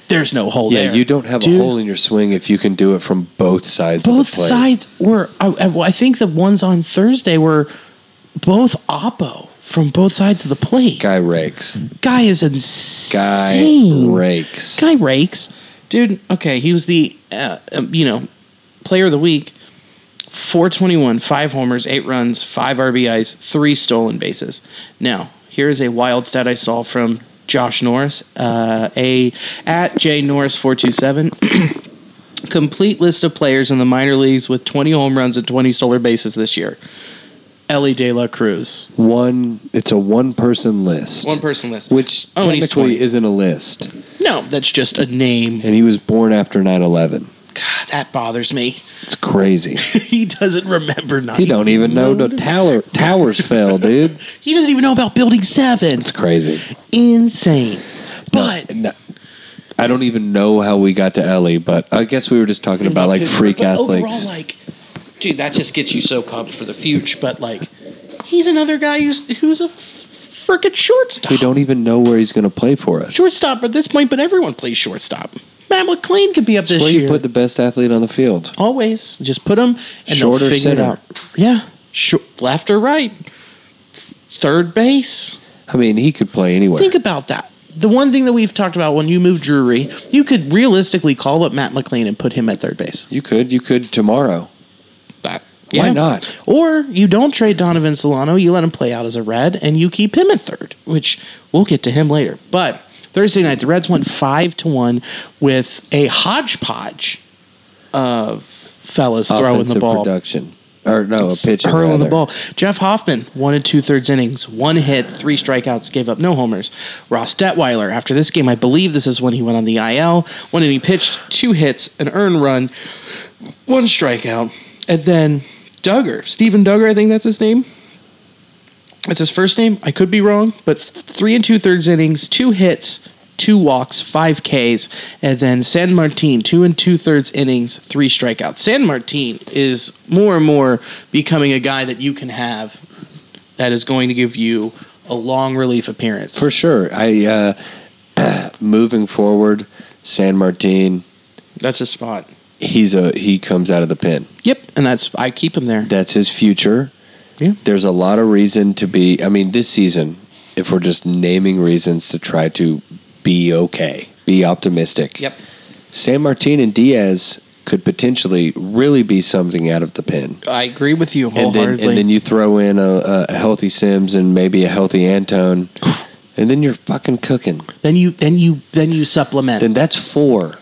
Speaker 1: there's no hole
Speaker 2: Yeah,
Speaker 1: there."
Speaker 2: you don't have
Speaker 1: Dude,
Speaker 2: a hole in your swing if you can do it from both sides.
Speaker 1: both
Speaker 2: of the plate.
Speaker 1: sides were I, I- well, I think the ones on thursday were both oppo from both sides of the plate guy,
Speaker 2: Guy rakes.
Speaker 1: is
Speaker 2: Guy
Speaker 1: insane
Speaker 2: rakes.
Speaker 1: guy rakes dude okay he was the uh, um, you know player of the week 421 five homers eight runs five rbis three stolen bases now here is a wild stat i saw from josh norris uh, a at j norris 427 (clears throat) complete list of players in the minor leagues with 20 home runs and 20 stolen bases this year. Ellie De La Cruz.
Speaker 2: One. It's a one-person list.
Speaker 1: One person list.
Speaker 2: Which
Speaker 1: Oh, and he's
Speaker 2: technically
Speaker 1: 20.
Speaker 2: isn't a list,
Speaker 1: No, that's just a name.
Speaker 2: and he was born after 9-11.
Speaker 1: God, that bothers me. (laughs)
Speaker 2: It's crazy. (laughs)
Speaker 1: he doesn't remember
Speaker 2: he
Speaker 1: nothing.
Speaker 2: don't even know the tower
Speaker 1: (laughs)
Speaker 2: towers fell, dude.
Speaker 1: He doesn't even know about Building 7.
Speaker 2: It's crazy.
Speaker 1: Insane. But
Speaker 2: No, no. I don't even know how we got to Ellie, but I guess we were just talking about like freak
Speaker 1: but Overall,
Speaker 2: athletes.
Speaker 1: like, dude, that just gets you so pumped for the future. But like, he's another guy who's who's a freaking shortstop.
Speaker 2: we don't even know where he's going to play for us.
Speaker 1: shortstop at this point, but everyone plays shortstop. Matt McClain could be up
Speaker 2: It's
Speaker 1: this
Speaker 2: where
Speaker 1: year.
Speaker 2: you put the best athlete on the field.
Speaker 1: Always. Just put them and
Speaker 2: Short or
Speaker 1: they'll figure
Speaker 2: center?
Speaker 1: it out. Yeah. Short, left or right. Third base.
Speaker 2: I mean, he could play anywhere.
Speaker 1: Think about that. The one thing that we've talked about when you move Drury, you could realistically call up Matt McLean and put him at third base.
Speaker 2: You could. You could tomorrow.
Speaker 1: That,
Speaker 2: Why not?
Speaker 1: Or you don't trade Donovan Solano, you let him play out as a red, and you keep him at third, which we'll get to him later. But the Thursday night, the Reds won five to one with a hodgepodge of fellas throwing the
Speaker 2: Offensive
Speaker 1: ball.
Speaker 2: production. Or no, a pitch.
Speaker 1: Hurling the ball. Jeff Hoffman, one and two thirds innings, one hit, three strikeouts, gave up no homers. Ross Detweiler, after this game, I believe this is when he went on the IL. One inning pitched, two hits, an earned run, one strikeout. And then Duggar, Stephen Duggar, I think that's his name. That's his first name. I could be wrong, but th- three and two thirds innings, two hits, two walks, five Ks, and then San Martin, two and two thirds innings, three strikeouts. San Martin is more and more becoming a guy that you can have that is going to give you a long relief appearance.
Speaker 2: For sure. I uh, (clears throat) moving forward, San Martin.
Speaker 1: That's his spot.
Speaker 2: He's a he comes out of the pen.
Speaker 1: Yep, and that's I keep him there.
Speaker 2: That's his future.
Speaker 1: Yeah.
Speaker 2: There's a lot of reason to be. I mean, this season, if we're just naming reasons to try to be okay, be optimistic.
Speaker 1: Yep.
Speaker 2: San Martin and Diaz could potentially really be something out of the pen.
Speaker 1: I agree with you
Speaker 2: and
Speaker 1: wholeheartedly.
Speaker 2: then and then you throw in a, a healthy Sims and maybe a healthy
Speaker 1: (sighs)
Speaker 2: Antone, and then you're fucking cooking.
Speaker 1: then you then you then you supplement.
Speaker 2: Then that's four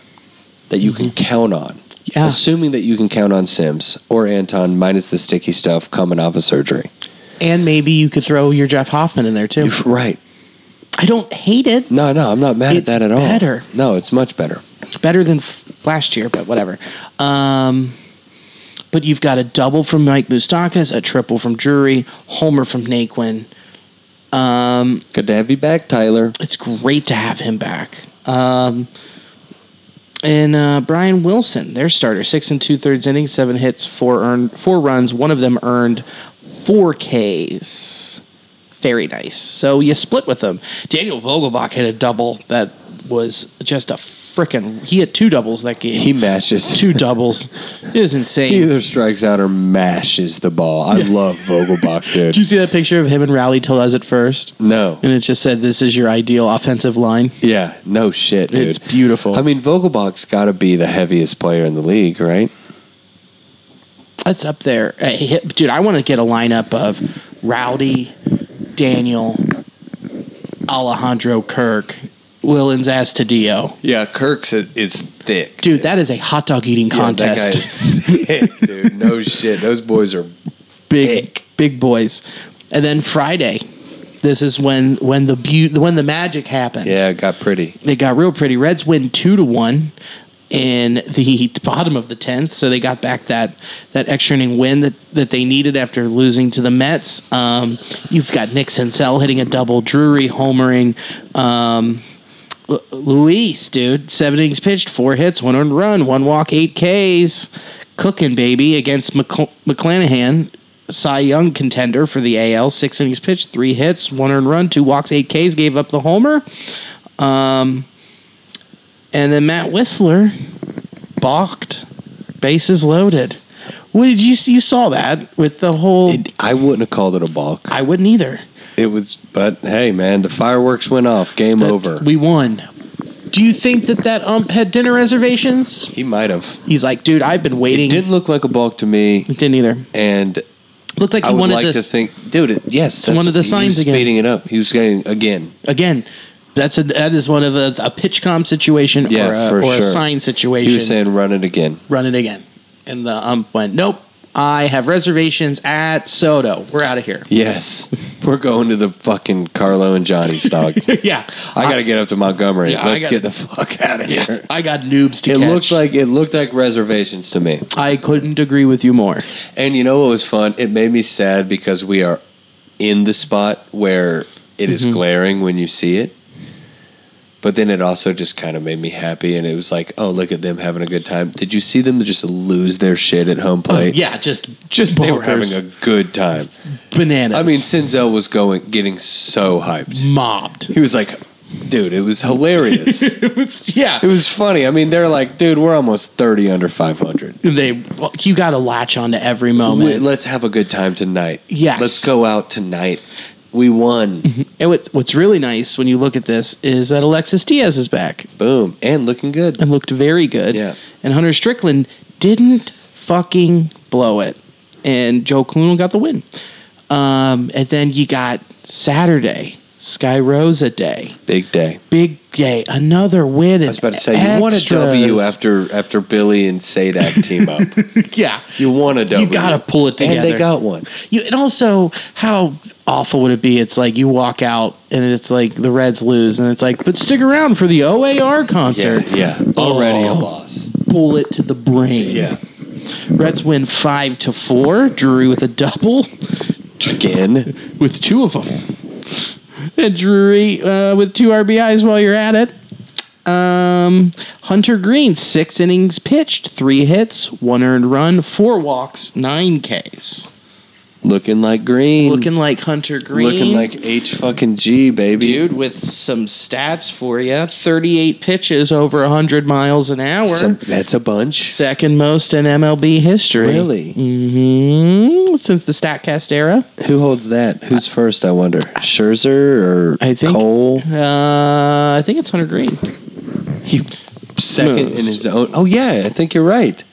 Speaker 2: that you can count on.
Speaker 1: Mm-hmm. Yeah.
Speaker 2: Assuming that you can count on Sims or Anton minus the sticky stuff coming off of surgery.
Speaker 1: and maybe you could throw your Jeff Hoffman in there too.
Speaker 2: You're right.
Speaker 1: I don't hate it.
Speaker 2: No, no, I'm not mad
Speaker 1: It's
Speaker 2: at that at all.
Speaker 1: better.
Speaker 2: No, it's much better.
Speaker 1: better than f- last year, but whatever. Um, but you've got a double from Mike Moustakas, a triple from Drury, homer from Naquin.
Speaker 2: Good to have you back, Tyler.
Speaker 1: It's great to have him back. Um, and uh, Brian Wilson, their starter, six and two thirds innings, seven hits, four earned, four runs. One of them earned four Ks. Very nice. So you split with them. Daniel Vogelbach hit a double that was just a freaking. He had two doubles that game.
Speaker 2: He matches.
Speaker 1: two doubles. It was insane.
Speaker 2: He either strikes out or mashes the ball. I love
Speaker 1: (laughs)
Speaker 2: Vogelbach, dude.
Speaker 1: Did you see that picture of him and Rally Telez at first?
Speaker 2: no.
Speaker 1: And it just said, "This is your ideal offensive line."
Speaker 2: Yeah, no shit, dude.
Speaker 1: It's beautiful.
Speaker 2: I mean, Vogelbach's got to be the heaviest player in the league, right?
Speaker 1: That's up there, Uh, he hit- dude. I want to get a lineup of Rowdy, Daniel, Alejandro Kirk, Willens Astadio.
Speaker 2: Yeah, Kirk's is thick.
Speaker 1: Dude, that is a hot dog eating contest.
Speaker 2: thick,
Speaker 1: (laughs)
Speaker 2: dude. No shit. Those boys are
Speaker 1: big
Speaker 2: Thick.
Speaker 1: big boys. And then Friday, this is when when the be- when the magic happened.
Speaker 2: Yeah, it got pretty.
Speaker 1: they got real pretty. Reds win two to one in the (laughs) bottom of the tenth, so they got back that that extra inning win that, that they needed after losing to the Mets. Um, you've got Nick Senzel hitting a double, Drury homering. Um, Lu- Luis, dude, seven innings pitched, four hits, one earned run, one walk, eight Ks, cooking baby against McCl- McClanahan, Cy Young contender for the AL. Six innings pitched, three hits, one earned run, two walks, eight Ks, gave up the homer. Um, and then Matt Whistler balked, bases loaded. What did you see? You saw that with the whole.
Speaker 2: It, I wouldn't have called it a balk.
Speaker 1: I wouldn't either.
Speaker 2: It was, but hey, man, the fireworks went off. Game
Speaker 1: That
Speaker 2: over.
Speaker 1: We won. Do you think that that ump had dinner reservations?
Speaker 2: he might have.
Speaker 1: He's like, dude, I've been
Speaker 2: It
Speaker 1: waiting.
Speaker 2: didn't look like a balk to me,
Speaker 1: Didn't either.
Speaker 2: and
Speaker 1: Looked like
Speaker 2: I
Speaker 1: he
Speaker 2: would
Speaker 1: wanted
Speaker 2: like
Speaker 1: this
Speaker 2: to think, dude. It, yes, that's-
Speaker 1: one of the
Speaker 2: he
Speaker 1: signs
Speaker 2: was
Speaker 1: again.
Speaker 2: Speeding it up. He was going again.
Speaker 1: again. That's a that is one of a, a pitch com situation
Speaker 2: Yeah,
Speaker 1: or, a,
Speaker 2: for
Speaker 1: or a
Speaker 2: sure.
Speaker 1: sign situation.
Speaker 2: He was saying, "Run it again."
Speaker 1: Run it again, and the ump went, nope. I have reservations at Soto. We're out of here.
Speaker 2: Yes, we're going to the fucking Carlo and Johnny's dog.
Speaker 1: (laughs) yeah,
Speaker 2: I got to get up to Montgomery.
Speaker 1: Yeah, I
Speaker 2: Let's
Speaker 1: gotta-
Speaker 2: get the fuck out of here.
Speaker 1: I got noobs to
Speaker 2: It
Speaker 1: catch.
Speaker 2: looked like it looked like reservations to me.
Speaker 1: I couldn't agree with you more.
Speaker 2: And you know what was fun? It made me sad because we are in the spot where it
Speaker 1: Mm-hmm.
Speaker 2: is glaring when you see it. But then it also just kind of made me happy, and it was like, oh, look at them having a good time. Did you see them just lose their shit at home plate?
Speaker 1: Oh, Yeah, just
Speaker 2: just they were
Speaker 1: bonkers.
Speaker 2: having a good time.
Speaker 1: bananas.
Speaker 2: I mean, Sinzel was going, getting so hyped.
Speaker 1: mobbed.
Speaker 2: He was like, dude, it was
Speaker 1: (laughs)
Speaker 2: hilarious. (laughs) it
Speaker 1: it was yeah.
Speaker 2: was funny. I mean, they're like, dude, we're almost thirty under five hundred.
Speaker 1: they you got to latch on to every moment.
Speaker 2: Wait, let's have a good time tonight.
Speaker 1: Oh, Yes. Mm-hmm.
Speaker 2: Let's go out tonight. We won.
Speaker 1: And what, what's really nice when you look at this is that Alexis Diaz is back
Speaker 2: Boom. And looking good.
Speaker 1: and looked very good.
Speaker 2: Yeah.
Speaker 1: And Hunter Strickland didn't fucking blow it. And Joe Cluno got the win. Um, and then you got Saturday. Sky Rosa Day.
Speaker 2: Big day.
Speaker 1: Big day. Another win.
Speaker 2: I was about to say
Speaker 1: E-
Speaker 2: you want a W after after Billy and Sadak team up.
Speaker 1: (laughs) Yeah.
Speaker 2: You want a W.
Speaker 1: You gotta pull it together.
Speaker 2: And they got one.
Speaker 1: You and also how awful would it be? It's like you walk out and it's like the Reds lose and it's like, but stick around for the OAR
Speaker 2: Yeah,
Speaker 1: concert.
Speaker 2: yeah. Already a
Speaker 1: Oh.
Speaker 2: loss.
Speaker 1: Pull it to the brain.
Speaker 2: Yeah.
Speaker 1: Reds win five to four. Drury with a double, (laughs)
Speaker 2: Again.
Speaker 1: with two of them, and Drury uh, with two RBIs. While you're at it, um, Hunter Green six innings pitched, three hits, one earned run, four walks, nine Ks.
Speaker 2: Looking like green.
Speaker 1: Looking like Hunter Green.
Speaker 2: Looking like H fucking G, baby.
Speaker 1: dude with some stats for you 38 pitches over 100 miles an hour
Speaker 2: That's a, that's a bunch.
Speaker 1: second most in mlb history
Speaker 2: Really?
Speaker 1: hmm since the statcast era
Speaker 2: Who holds that? Who's first, I wonder? Scherzer or
Speaker 1: i think
Speaker 2: Cole?
Speaker 1: uh, i think it's hunter green
Speaker 2: He second
Speaker 1: moves.
Speaker 2: in his own. Oh, yeah. I think you're right.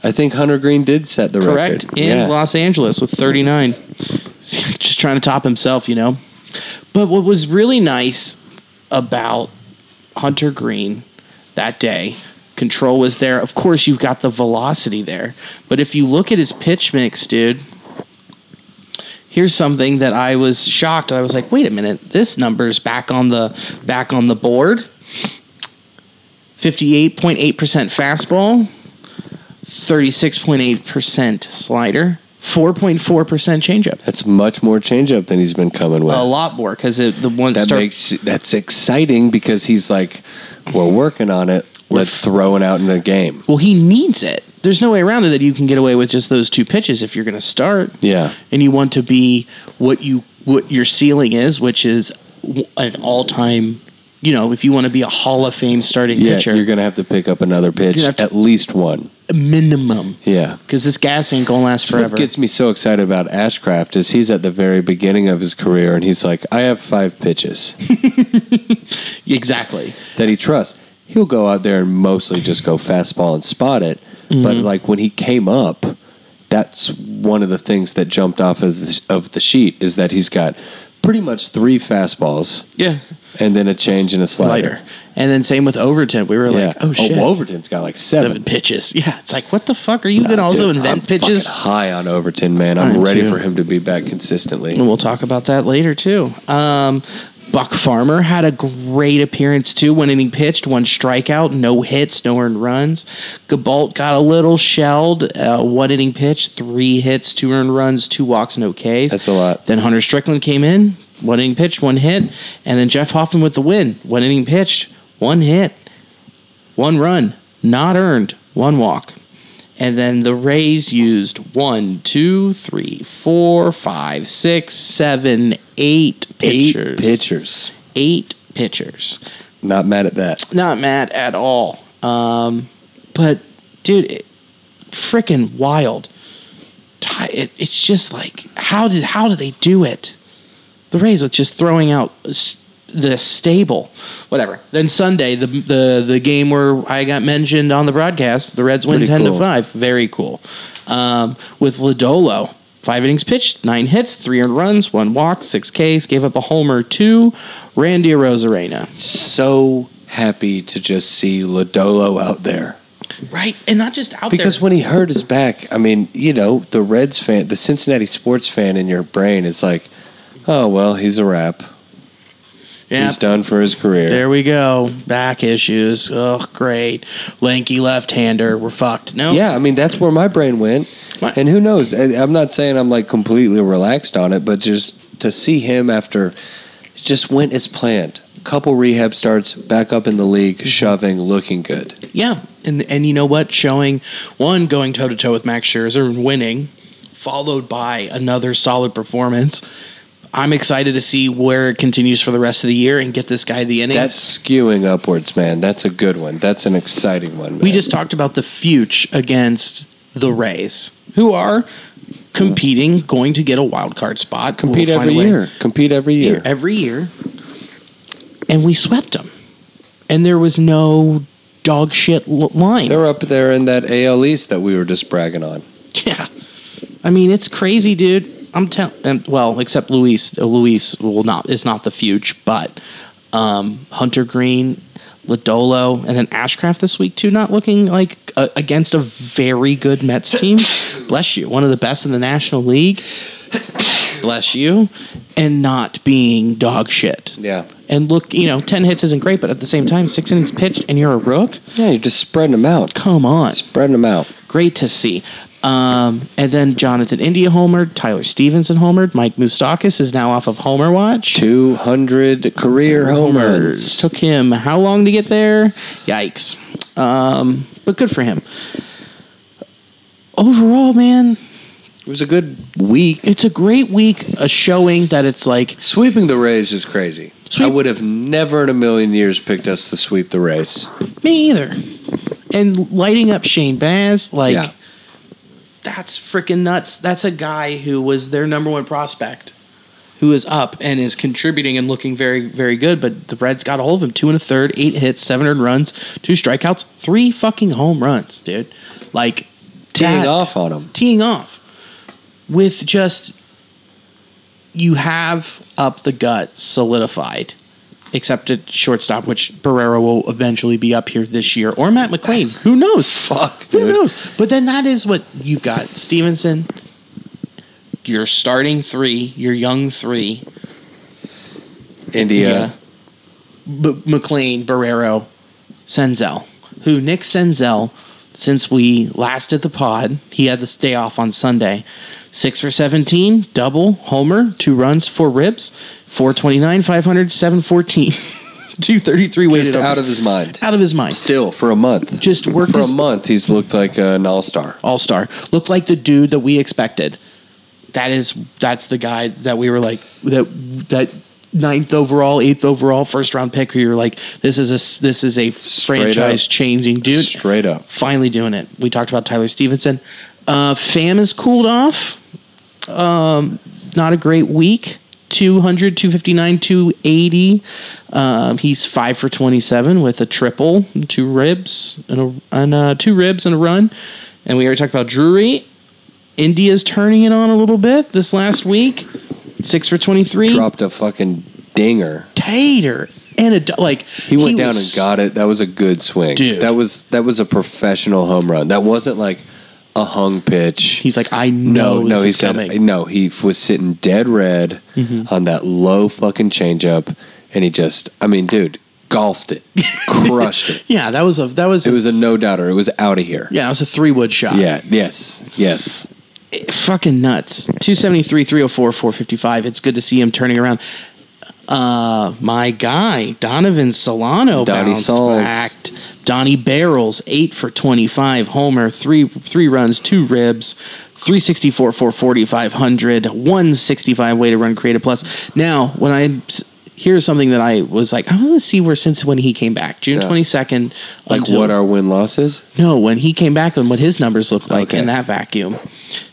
Speaker 2: I think Hunter Green did set the
Speaker 1: correct
Speaker 2: record.
Speaker 1: in
Speaker 2: yeah.
Speaker 1: los angeles with 39 (laughs) just trying to top himself you know but what was really nice about hunter green that day control was there of course you've got the velocity there but if you look at his pitch mix dude here's something that i was shocked i was like wait a minute this number's back on the back on the board 58.8% fastball 36.8% slider, 4.4% changeup.
Speaker 2: That's much more changeup than he's been coming with.
Speaker 1: A lot more because the one
Speaker 2: that
Speaker 1: start,
Speaker 2: makes that's exciting because he's like, we're working on it. Let's throw it out in the game.
Speaker 1: well, he needs it. There's no way around it that you can get away with just those two pitches if you're going to start.
Speaker 2: Yeah.
Speaker 1: and you want to be what you what your ceiling is, which is w- an all time. You know, if you want to be a Hall of Fame starting
Speaker 2: Yeah,
Speaker 1: pitcher,
Speaker 2: you're gonna have to pick up another pitch,
Speaker 1: You're gonna have to-
Speaker 2: at least one.
Speaker 1: minimum.
Speaker 2: Yeah.
Speaker 1: Because this gas ain't gonna last forever.
Speaker 2: What gets me so excited about Ashcraft is he's at the very beginning of his career, and he's like, I have five pitches
Speaker 1: exactly.
Speaker 2: that he trusts. He'll go out there and mostly just go fastball and spot it. But
Speaker 1: Mm-hmm.
Speaker 2: like when he came up, that's one of the things that jumped off of the, of the sheet is that he's got pretty much three fastballs
Speaker 1: Yeah.
Speaker 2: and then a change and a slider.
Speaker 1: Lighter. And then same with Overton. We were
Speaker 2: Yeah.
Speaker 1: like, oh shit.
Speaker 2: Overton's got like seven.
Speaker 1: seven pitches. (laughs) Yeah, it's like what the fuck are you going to also
Speaker 2: Dude,
Speaker 1: invent
Speaker 2: I'm
Speaker 1: pitches?
Speaker 2: fucking high on Overton, man.
Speaker 1: I
Speaker 2: I'm
Speaker 1: am
Speaker 2: ready
Speaker 1: too.
Speaker 2: for him to be back consistently.
Speaker 1: And we'll talk about that later too. Um, Buck Farmer had a great appearance too when he pitched, one strikeout, no hits, no earned runs. Gabalt got a little shelled, uh, one inning pitch, three hits, two earned runs, two walks, no Ks.
Speaker 2: That's a lot.
Speaker 1: Then Hunter Strickland came in, one inning pitched, one hit, and then Jeff Hoffman with the win, one inning pitched, one hit, one run, not earned, one walk. And then the Rays used one, two, three, four, five, six, seven, eight pitchers.
Speaker 2: Eight pitchers.
Speaker 1: Eight pitchers.
Speaker 2: Not mad at that.
Speaker 1: Not mad at all. Um, but dude, it, freaking wild. Ty- It, it's just like how did how did they do it? The Rays with just throwing out s- the stable, whatever. Then Sunday, the the the game where I got mentioned on the broadcast, the Reds win
Speaker 2: Pretty
Speaker 1: ten
Speaker 2: cool.
Speaker 1: to five. Very cool. Um, with Lodolo, five innings pitched, nine hits, three earned runs, one walk, six Ks, gave up a homer, two. Randy Rosarena.
Speaker 2: So happy to just see Lodolo out there.
Speaker 1: Right, and not just out
Speaker 2: Because
Speaker 1: there.
Speaker 2: when he hurt his back, I mean, you know, the Reds fan, the Cincinnati sports fan in your brain is like, oh, well, he's a wrap. He's done for his career.
Speaker 1: There we go. Back issues. Oh, great. Lanky left-hander. We're fucked. No.
Speaker 2: Yeah, I mean that's where my brain went,
Speaker 1: Right.
Speaker 2: and who knows? I- I'm not saying I'm like completely relaxed on it, but just to see him after just went as planned. Couple rehab starts, back up in the league,
Speaker 1: Mm-hmm.
Speaker 2: shoving, looking good.
Speaker 1: Yeah. And and you know what? Showing one going toe to toe with Max Scherzer and winning, followed by another solid performance. I'm excited to see where it continues for the rest of the year and get this guy the innings.
Speaker 2: That's skewing upwards, man. That's a good one. That's an exciting one.
Speaker 1: we
Speaker 2: man.
Speaker 1: just talked about the future against the Rays, who are competing, going to get a wild card spot.
Speaker 2: compete
Speaker 1: We'll find
Speaker 2: every
Speaker 1: a way-
Speaker 2: year. Compete every year.
Speaker 1: every year, and we swept them, and there was no dog shit l- line.
Speaker 2: They're up there in that AL East that we were just bragging on.
Speaker 1: yeah, I mean it's crazy, dude. I'm telling. Well, except Luis. uh, Luis will not. It's not the fuge, but um, Hunter Green, Ladolo, and then Ashcraft this week too. Not looking like uh, against a very good Mets team. Bless you. One of the best in the National League. Bless you, and not being dog shit.
Speaker 2: Yeah.
Speaker 1: And look, you know, ten hits isn't great, but at the same time, six innings pitched, and you're a rook.
Speaker 2: Yeah, you're just spreading them out.
Speaker 1: Come on
Speaker 2: Spreading them out.
Speaker 1: great to see. Um, and then Jonathan India homered, Tyler Stevenson homered, Mike Moustakis is now off of Homer Watch.
Speaker 2: 200 career homers.
Speaker 1: Took him how long to get there? Yikes. Um, but good for him. Overall, man,
Speaker 2: It was a good week.
Speaker 1: it's a great week, a showing that it's like
Speaker 2: Sweeping the Rays is crazy. I
Speaker 1: Sweep-
Speaker 2: would have never in a million years picked us to sweep the race.
Speaker 1: me either. And lighting up Shane Baz, like
Speaker 2: Yeah.
Speaker 1: that's freaking nuts. That's a guy who was their number one prospect, who is up and is contributing and looking very, very good. But the Reds got a hold of him. Two and a third, eight hits, seven earned runs, two strikeouts, three fucking home runs, dude. Like
Speaker 2: Teeing off on him.
Speaker 1: Teeing off with just you have up the gut solidified. Except at shortstop, which Barrera will eventually be up here this year, or Matt
Speaker 2: (laughs)
Speaker 1: McClain. Who knows?
Speaker 2: Fuck,
Speaker 1: Who
Speaker 2: dude.
Speaker 1: knows? But then that is what you've got. Stevenson, your starting three, your young three.
Speaker 2: India.
Speaker 1: B- McLean, Barrero, Senzel. Who, Nick Senzel, since we last did the pod, he had this day off on Sunday. Six for 17, double, homer, two runs, four ribs, 429, 500, (laughs) 714, 233 weighted
Speaker 2: Just
Speaker 1: over-
Speaker 2: out of his mind.
Speaker 1: out of his mind.
Speaker 2: Still, for a month.
Speaker 1: Just worked
Speaker 2: For a
Speaker 1: his-
Speaker 2: month, he's looked like an all star.
Speaker 1: all star. Looked like the dude that we expected. That is that's the guy that we were like that that ninth overall, eighth overall, first round pick. Who you're like, this is a this is a franchise changing dude.
Speaker 2: Straight up.
Speaker 1: Finally doing it. We talked about Tyler Stevenson. Uh, Fam is cooled off. Um, not a great week. 200, 259, 280. Um, he's five for 27 with a triple, two ribs, and, a, and uh, two ribs and a run. And we already talked about Drury. India's turning it on a little bit this last week. Six for 23.
Speaker 2: Dropped a fucking dinger.
Speaker 1: Tater. And a, do- like,
Speaker 2: He went down and
Speaker 1: was-
Speaker 2: got it. That was a good swing.
Speaker 1: Dude.
Speaker 2: That was that was a professional home run. That wasn't like a hung pitch.
Speaker 1: He's like, I know this
Speaker 2: he
Speaker 1: is
Speaker 2: said
Speaker 1: coming.
Speaker 2: no. He f- was sitting dead red
Speaker 1: Mm-hmm.
Speaker 2: on that low fucking changeup, and he just, I mean, dude,
Speaker 1: (laughs)
Speaker 2: golfed it, crushed it.
Speaker 1: Yeah, that was a that was
Speaker 2: It was a no doubter. It was out of here.
Speaker 1: yeah, it was a three wood shot.
Speaker 2: Yeah. Yes. Yes.
Speaker 1: fucking nuts. 273, 304, 455. It's good to see him turning around. Uh, my guy, Donovan Solano,
Speaker 2: Donnie
Speaker 1: bounced
Speaker 2: Sauls.
Speaker 1: back. Donnie Barrels, eight for 25, homer, three three runs, two ribs, 364, 440, 500, 165 way to run created plus. Now, when I here's something that I was like, I want to see where since when he came back, June
Speaker 2: Yeah.
Speaker 1: 22nd.
Speaker 2: Like
Speaker 1: until-
Speaker 2: what our win loss is.
Speaker 1: no, when he came back and what his numbers looked like
Speaker 2: Okay.
Speaker 1: in that vacuum.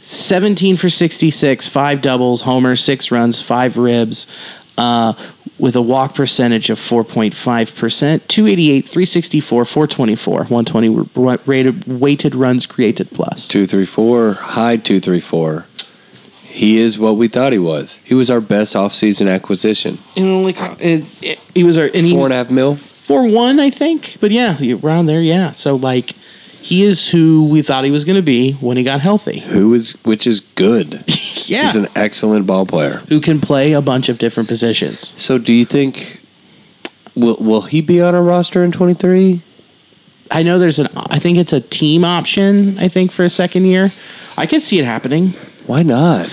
Speaker 1: 17 for 66, five doubles, homer, six runs, five ribs, uh, with a walk percentage of 4.5%, 288, 364, 424, 120 wa- rated, weighted runs created plus.
Speaker 2: Two three four high two three four. He is what we thought he was. He was our best offseason acquisition.
Speaker 1: And only, co- and it- he was our, and he,
Speaker 2: Four and a half mil.
Speaker 1: four one, I think. But yeah, around there, yeah. So like, he is who we thought he was going to be when he got healthy.
Speaker 2: Who is which is good.
Speaker 1: Yeah.
Speaker 2: He's an excellent ball player.
Speaker 1: who can play a bunch of different positions.
Speaker 2: So do you think will will he be on our roster in twenty three?
Speaker 1: I know there's an. I think it's a team option. I think for a second year, I could see it happening.
Speaker 2: Why not?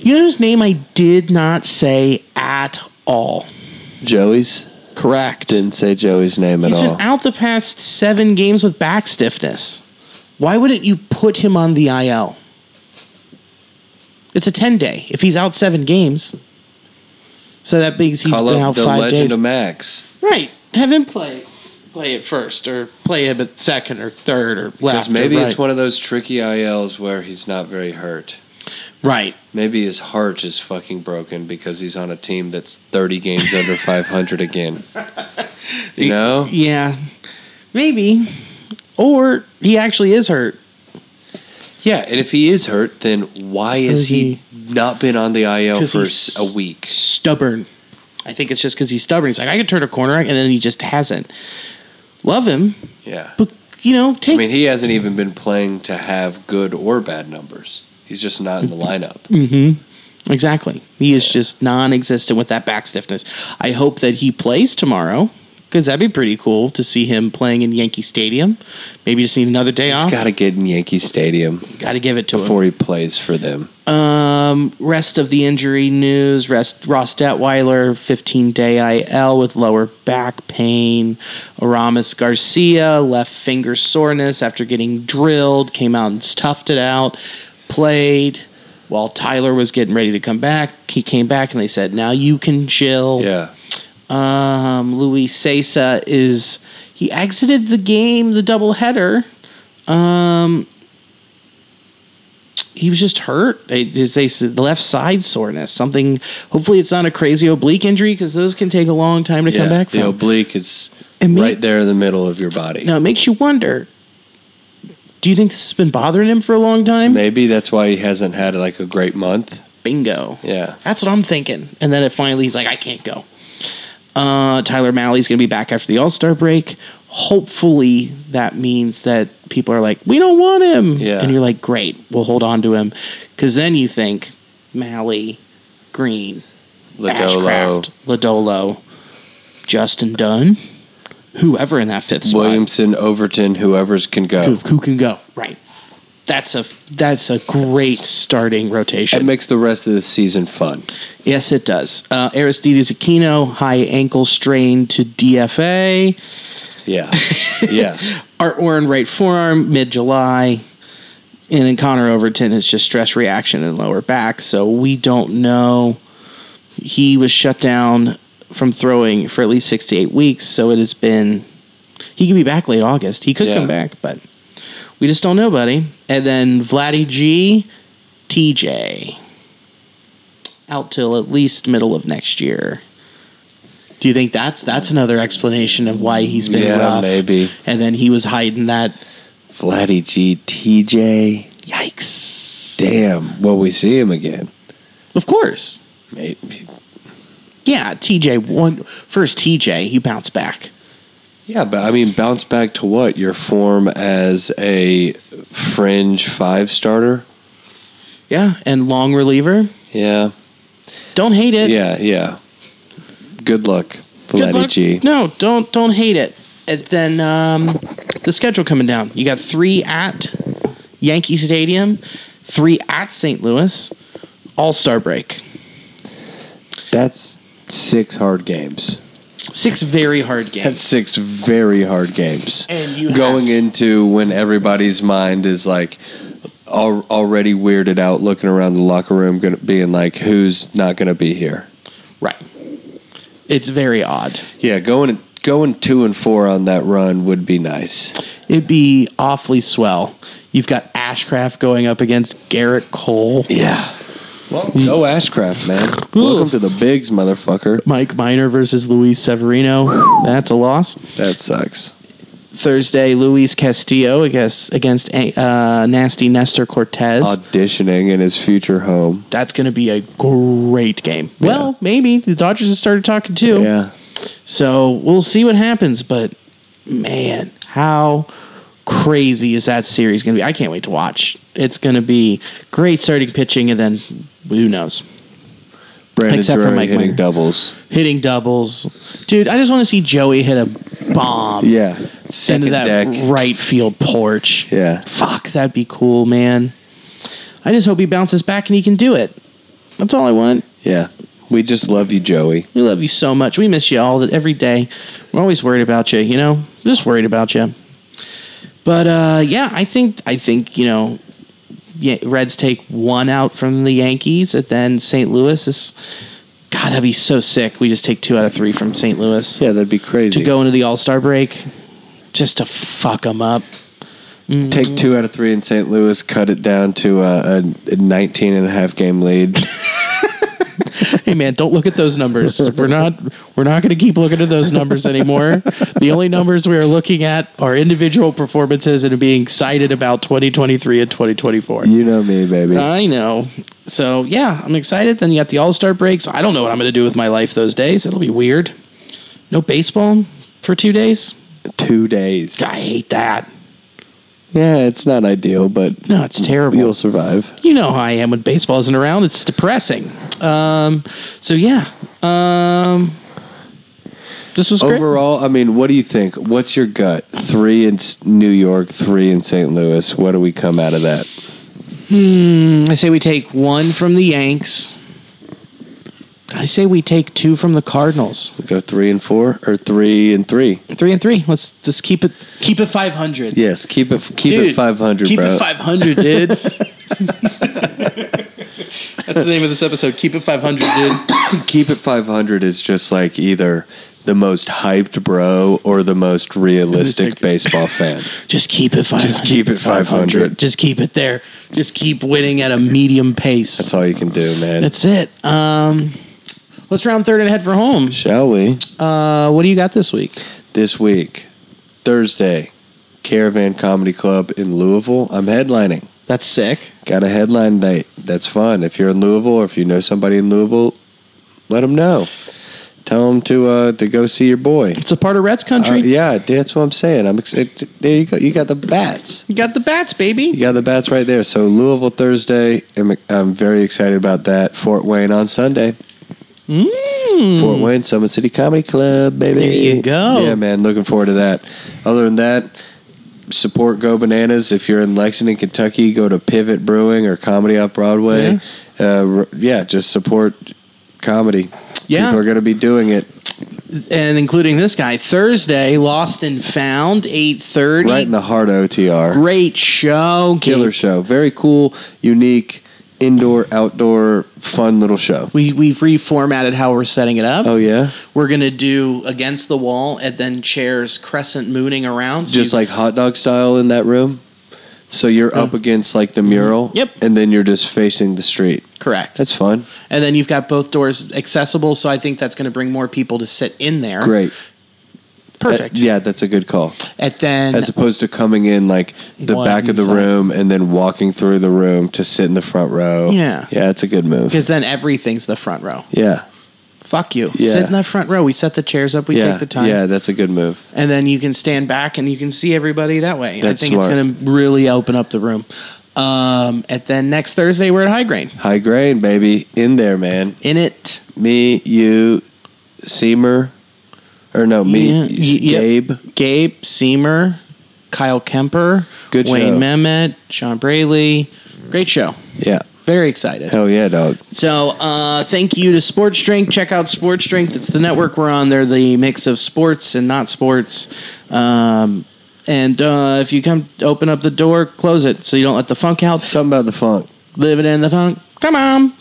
Speaker 1: You know whose name I did not say at all.
Speaker 2: Joey's
Speaker 1: Correct.
Speaker 2: didn't say Joey's name
Speaker 1: He's
Speaker 2: at all.
Speaker 1: been out the past seven games with back stiffness. Why wouldn't you put him on the IL? It's a ten day. If he's out seven games, so that means he's
Speaker 2: Call
Speaker 1: been
Speaker 2: up
Speaker 1: out
Speaker 2: the
Speaker 1: five
Speaker 2: legend
Speaker 1: days.
Speaker 2: of Max.
Speaker 1: right. Have him play. Play it first, or play him at second, or third, or left.
Speaker 2: Because
Speaker 1: or
Speaker 2: maybe
Speaker 1: right.
Speaker 2: it's one of those tricky ILs where he's not very hurt.
Speaker 1: right.
Speaker 2: Maybe his heart is fucking broken because he's on a team that's thirty games
Speaker 1: (laughs)
Speaker 2: under five hundred again. You know?
Speaker 1: Yeah, maybe. Or he actually is hurt.
Speaker 2: Yeah, and if he is hurt, then why is
Speaker 1: Is he-
Speaker 2: he not been on the IL
Speaker 1: 'Cause
Speaker 2: for
Speaker 1: he's-
Speaker 2: a week.
Speaker 1: Stubborn. I think it's just because he's stubborn. He's like, I could turn a corner, and then he just hasn't. Love him,
Speaker 2: Yeah.
Speaker 1: but you know, take
Speaker 2: I mean, he hasn't even been playing to have good or bad numbers. He's just not in the lineup.
Speaker 1: Exactly. He is just non existent with that back stiffness. I hope that he plays tomorrow because that'd be pretty cool to see him playing in Yankee Stadium. Maybe just need another day
Speaker 2: He's
Speaker 1: off.
Speaker 2: got to get in Yankee Stadium
Speaker 1: Got to give it to
Speaker 2: before he plays for them.
Speaker 1: him. Um, Rest of the injury news rest, Ross Detweiler, 15 day IL with lower back pain. Aramis Garcia, left finger soreness after getting drilled, came out and toughed it out, played. While Tyler was getting ready to come back, he came back and they said, Now you can chill.
Speaker 2: Yeah.
Speaker 1: Um, Luis Sesa is he exited the game, the doubleheader. Um, he was just hurt. They, they said the left side soreness, something. Hopefully, it's not a crazy oblique injury because those can take a long time to
Speaker 2: yeah.
Speaker 1: come back
Speaker 2: the
Speaker 1: from.
Speaker 2: oblique is
Speaker 1: And me-
Speaker 2: right there in the middle of your body.
Speaker 1: now it makes you wonder. Do you think this has been bothering him for a long time?
Speaker 2: Maybe that's why he hasn't had like a great month.
Speaker 1: Bingo.
Speaker 2: Yeah.
Speaker 1: That's what I'm thinking. And then it finally he's like, I can't go. Uh, Tyler Malley's going to be back after the All Star break. Hopefully, that means that people are like, we don't want him.
Speaker 2: Yeah.
Speaker 1: And you're like, great, we'll hold on to him. Because then you think Malley, Green, Ashcraft,
Speaker 2: Lodolo,
Speaker 1: Lodolo, Justin Dunn, whoever in that fifth spot,
Speaker 2: Williamson, Overton, whoever's can
Speaker 1: who,
Speaker 2: go.
Speaker 1: who can go. Right. That's a that's a great starting rotation.
Speaker 2: It makes the rest of the season fun.
Speaker 1: Yes, it does. Uh, Aristides Aquino, high ankle strain to DFA. (laughs)
Speaker 2: Yeah. Yeah.
Speaker 1: Art Warren, right forearm, mid July. And then Connor Overton is just stress reaction and lower back. So we don't know. He was shut down from throwing for at least six to eight weeks. So it has been. He could be back late August. He could
Speaker 2: Yeah.
Speaker 1: come back, but we just don't know, buddy. And then Vladdy G, TJ. Out till at least middle of next year. Do you think that's that's another explanation of why he's been
Speaker 2: Yeah,
Speaker 1: rough?
Speaker 2: maybe.
Speaker 1: And then he was hiding that.
Speaker 2: Vladdy G, TJ.
Speaker 1: Yikes!
Speaker 2: Damn. Will we see him again?
Speaker 1: Of course.
Speaker 2: Maybe.
Speaker 1: Yeah, TJ one first TJ he bounced back.
Speaker 2: Yeah, but I mean, bounce back to what? Your form as a fringe five starter?
Speaker 1: Yeah, and long reliever.
Speaker 2: Yeah.
Speaker 1: Don't hate it.
Speaker 2: Yeah, yeah. Good luck,
Speaker 1: Good
Speaker 2: Vladdy
Speaker 1: luck.
Speaker 2: G.
Speaker 1: No, don't don't hate it. And then um, the schedule coming down. You got three at Yankee Stadium, three at St. Louis, All Star break.
Speaker 2: That's six hard games.
Speaker 1: Six very hard games.
Speaker 2: That's six very hard games.
Speaker 1: And you
Speaker 2: going
Speaker 1: have-
Speaker 2: into when everybody's mind is like al- already weirded out, looking around the locker room, gonna, being like, "Who's not going to be here?"
Speaker 1: right. It's very odd.
Speaker 2: Yeah, going going two and four on that run would be nice.
Speaker 1: It'd be awfully swell. You've got Ashcraft going up against Garrett Cole.
Speaker 2: Yeah. Well, go Ashcraft, man. Welcome to the bigs, motherfucker.
Speaker 1: Mike Miner versus Luis Severino. That's a loss.
Speaker 2: That sucks.
Speaker 1: Thursday, Luis Castillo against against uh, Nasty Nestor Cortez.
Speaker 2: Auditioning in his future home.
Speaker 1: Uh, That's going to be a great game. Well, maybe the Dodgers have started talking too.
Speaker 2: Yeah.
Speaker 1: So we'll see what happens. But man, how crazy is that series going to be? I can't wait to watch. It's going to be great starting pitching, and then who knows?
Speaker 2: Brandon
Speaker 1: Except for
Speaker 2: Drury
Speaker 1: Mike
Speaker 2: hitting
Speaker 1: Miner.
Speaker 2: doubles.
Speaker 1: Hitting doubles, dude. I just want to see Joey hit a bomb.
Speaker 2: Yeah.
Speaker 1: into
Speaker 2: Second
Speaker 1: that
Speaker 2: deck.
Speaker 1: right field porch.
Speaker 2: Yeah.
Speaker 1: Fuck, that'd be cool, man. I just hope he bounces back and he can do it. That's all I want.
Speaker 2: Yeah. We just love you, Joey.
Speaker 1: We love you so much. We miss you all the- every day. We're always worried about you, you know? Just worried about you. But uh yeah, I think I think, you know, yeah, Reds take one out from the Yankees and then St. Louis is God, that'd be so sick. We just take two out of three from St. Louis.
Speaker 2: Yeah, that'd be crazy.
Speaker 1: To go into the All Star break just to fuck them up.
Speaker 2: Take two out of three in St. Louis, cut it down to a, a 19 and a half game (laughs) lead.
Speaker 1: hey man don't look at those numbers we're not we're not going to keep looking at those numbers anymore the only numbers we are looking at are individual performances and being excited about 2023 and 2024
Speaker 2: you know me, baby.
Speaker 1: i know So yeah, I'm excited. Then you got the All Star break. So I don't know what I'm going to do with my life those days. It'll be weird. No baseball for two days.
Speaker 2: Two days.
Speaker 1: I hate that.
Speaker 2: Yeah, it's not ideal, but
Speaker 1: No, it's terrible.
Speaker 2: you'll survive.
Speaker 1: you know how I am when baseball isn't around. It's depressing. Um, so yeah, um, this was great.
Speaker 2: Overall, I mean, what do you think? What's your gut? Three in S- New York, three in St. Louis. What do we come out of that?
Speaker 1: I say we take one from the Yanks. I say we take two from the Cardinals.
Speaker 2: We go three and four, or three and three?
Speaker 1: Three and three. Let's just keep it keep it five hundred.
Speaker 2: Yes, keep it keep it five hundred,
Speaker 1: Keep
Speaker 2: bro.
Speaker 1: it 500,
Speaker 2: (laughs)
Speaker 1: dude. That's the name of this episode. Keep it 500, dude.
Speaker 2: keep it five hundred is just like either the most hyped bro or the most realistic baseball (laughs) fan.
Speaker 1: Just keep it 500.
Speaker 2: keep it 500.
Speaker 1: Just keep it there. Just keep winning at a medium pace.
Speaker 2: That's all you can do, man.
Speaker 1: That's it. Um, let's round third and head for home.
Speaker 2: Shall we?
Speaker 1: Uh, what do you got this week?
Speaker 2: This week, Thursday, Caravan Comedy Club in Louisville. I'm headlining.
Speaker 1: That's sick.
Speaker 2: Got a headline night. That's fun. If you're in Louisville or if you know somebody in Louisville, let them know. Tell them to uh, to go see your boy.
Speaker 1: It's a part of Reds
Speaker 2: Uh,
Speaker 1: country.
Speaker 2: yeah, that's what I'm saying. I'm excited. There you go. You got the bats.
Speaker 1: You got the bats, baby.
Speaker 2: You got the bats right there. So Louisville Thursday. I'm, I'm very excited about that. Fort Wayne on Sunday. Fort Wayne Summit City Comedy Club, baby.
Speaker 1: Mm. There you go.
Speaker 2: Yeah, man. Looking forward to that. Other than that, support Go Bananas. If you're in Lexington, Kentucky, go to Pivot Brewing or Comedy Off Broadway. Yeah, uh, r- yeah just support comedy.
Speaker 1: Yeah.
Speaker 2: People are going to be doing it
Speaker 1: And including this guy, Thursday, Lost and Found, 8.30.
Speaker 2: right in the heart of OTR.
Speaker 1: Great show.
Speaker 2: Killer show. Very cool, unique, indoor, outdoor, fun little show.
Speaker 1: We, we've reformatted how we're setting it up.
Speaker 2: Oh, yeah?
Speaker 1: We're going to do against the wall and then chairs crescent mooning around. So
Speaker 2: Just
Speaker 1: you-
Speaker 2: like hot dog style in that room. So you're up against like the mural.
Speaker 1: Yep.
Speaker 2: And then you're just facing the street.
Speaker 1: Correct.
Speaker 2: That's fun.
Speaker 1: and then you've got both doors accessible, so I think that's going to bring more people to sit in there.
Speaker 2: Great.
Speaker 1: Perfect.
Speaker 2: That- yeah, that's a good call.
Speaker 1: And then
Speaker 2: As opposed to coming in like the
Speaker 1: One
Speaker 2: back of the
Speaker 1: side.
Speaker 2: room and then walking through the room to sit in the front row.
Speaker 1: Yeah.
Speaker 2: Yeah, it's a good move.
Speaker 1: Because then everything's the front row.
Speaker 2: Yeah.
Speaker 1: Fuck you.
Speaker 2: Yeah.
Speaker 1: Sit in that front row. We set the chairs up. We
Speaker 2: yeah.
Speaker 1: take the time.
Speaker 2: Yeah, that's a good move.
Speaker 1: And then you can stand back and you can see everybody that way.
Speaker 2: That's
Speaker 1: I think it's
Speaker 2: smart.
Speaker 1: going to really open up the room. Um, and then next Thursday, we're at High Grain.
Speaker 2: High grain, baby. In there, man.
Speaker 1: In it.
Speaker 2: me, you, Seamer, or no, me,
Speaker 1: Yeah. Y- yep.
Speaker 2: Gabe.
Speaker 1: Gabe, Seamer, Kyle Kemper,
Speaker 2: Good
Speaker 1: Wayne
Speaker 2: show.
Speaker 1: Mehmet, Sean Braley. Great show.
Speaker 2: Yeah.
Speaker 1: Very excited.
Speaker 2: Hell yeah, dog.
Speaker 1: So, uh, thank you to Sports Drink. Check out Sports Drink. It's the network we're on. They're the mix of sports and not sports. Um, and uh, if you come open up the door, close it so you don't let the funk out.
Speaker 2: Something about the funk.
Speaker 1: Living in the funk. Come on.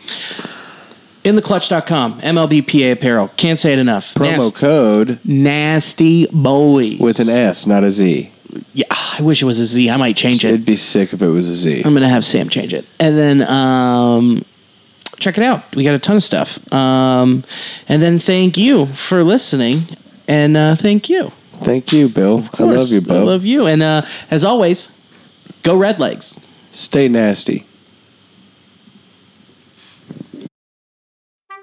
Speaker 1: In the clutch.com, MLBPA apparel. Can't say it enough.
Speaker 2: Promo
Speaker 1: Nas-
Speaker 2: code
Speaker 1: Nasty boys.
Speaker 2: with an S, not a Z.
Speaker 1: Yeah, I wish it was a Z. I might change it.
Speaker 2: It'd be sick if it was a Z.
Speaker 1: I'm gonna have Sam change it, and then um, check it out. We got a ton of stuff, um, and then thank you for listening, and uh, thank you.
Speaker 2: Thank you, Bill. I
Speaker 1: Of
Speaker 2: love
Speaker 1: course,
Speaker 2: you, Bill.
Speaker 1: I love you, and uh, as always, go Red Legs.
Speaker 2: Stay nasty.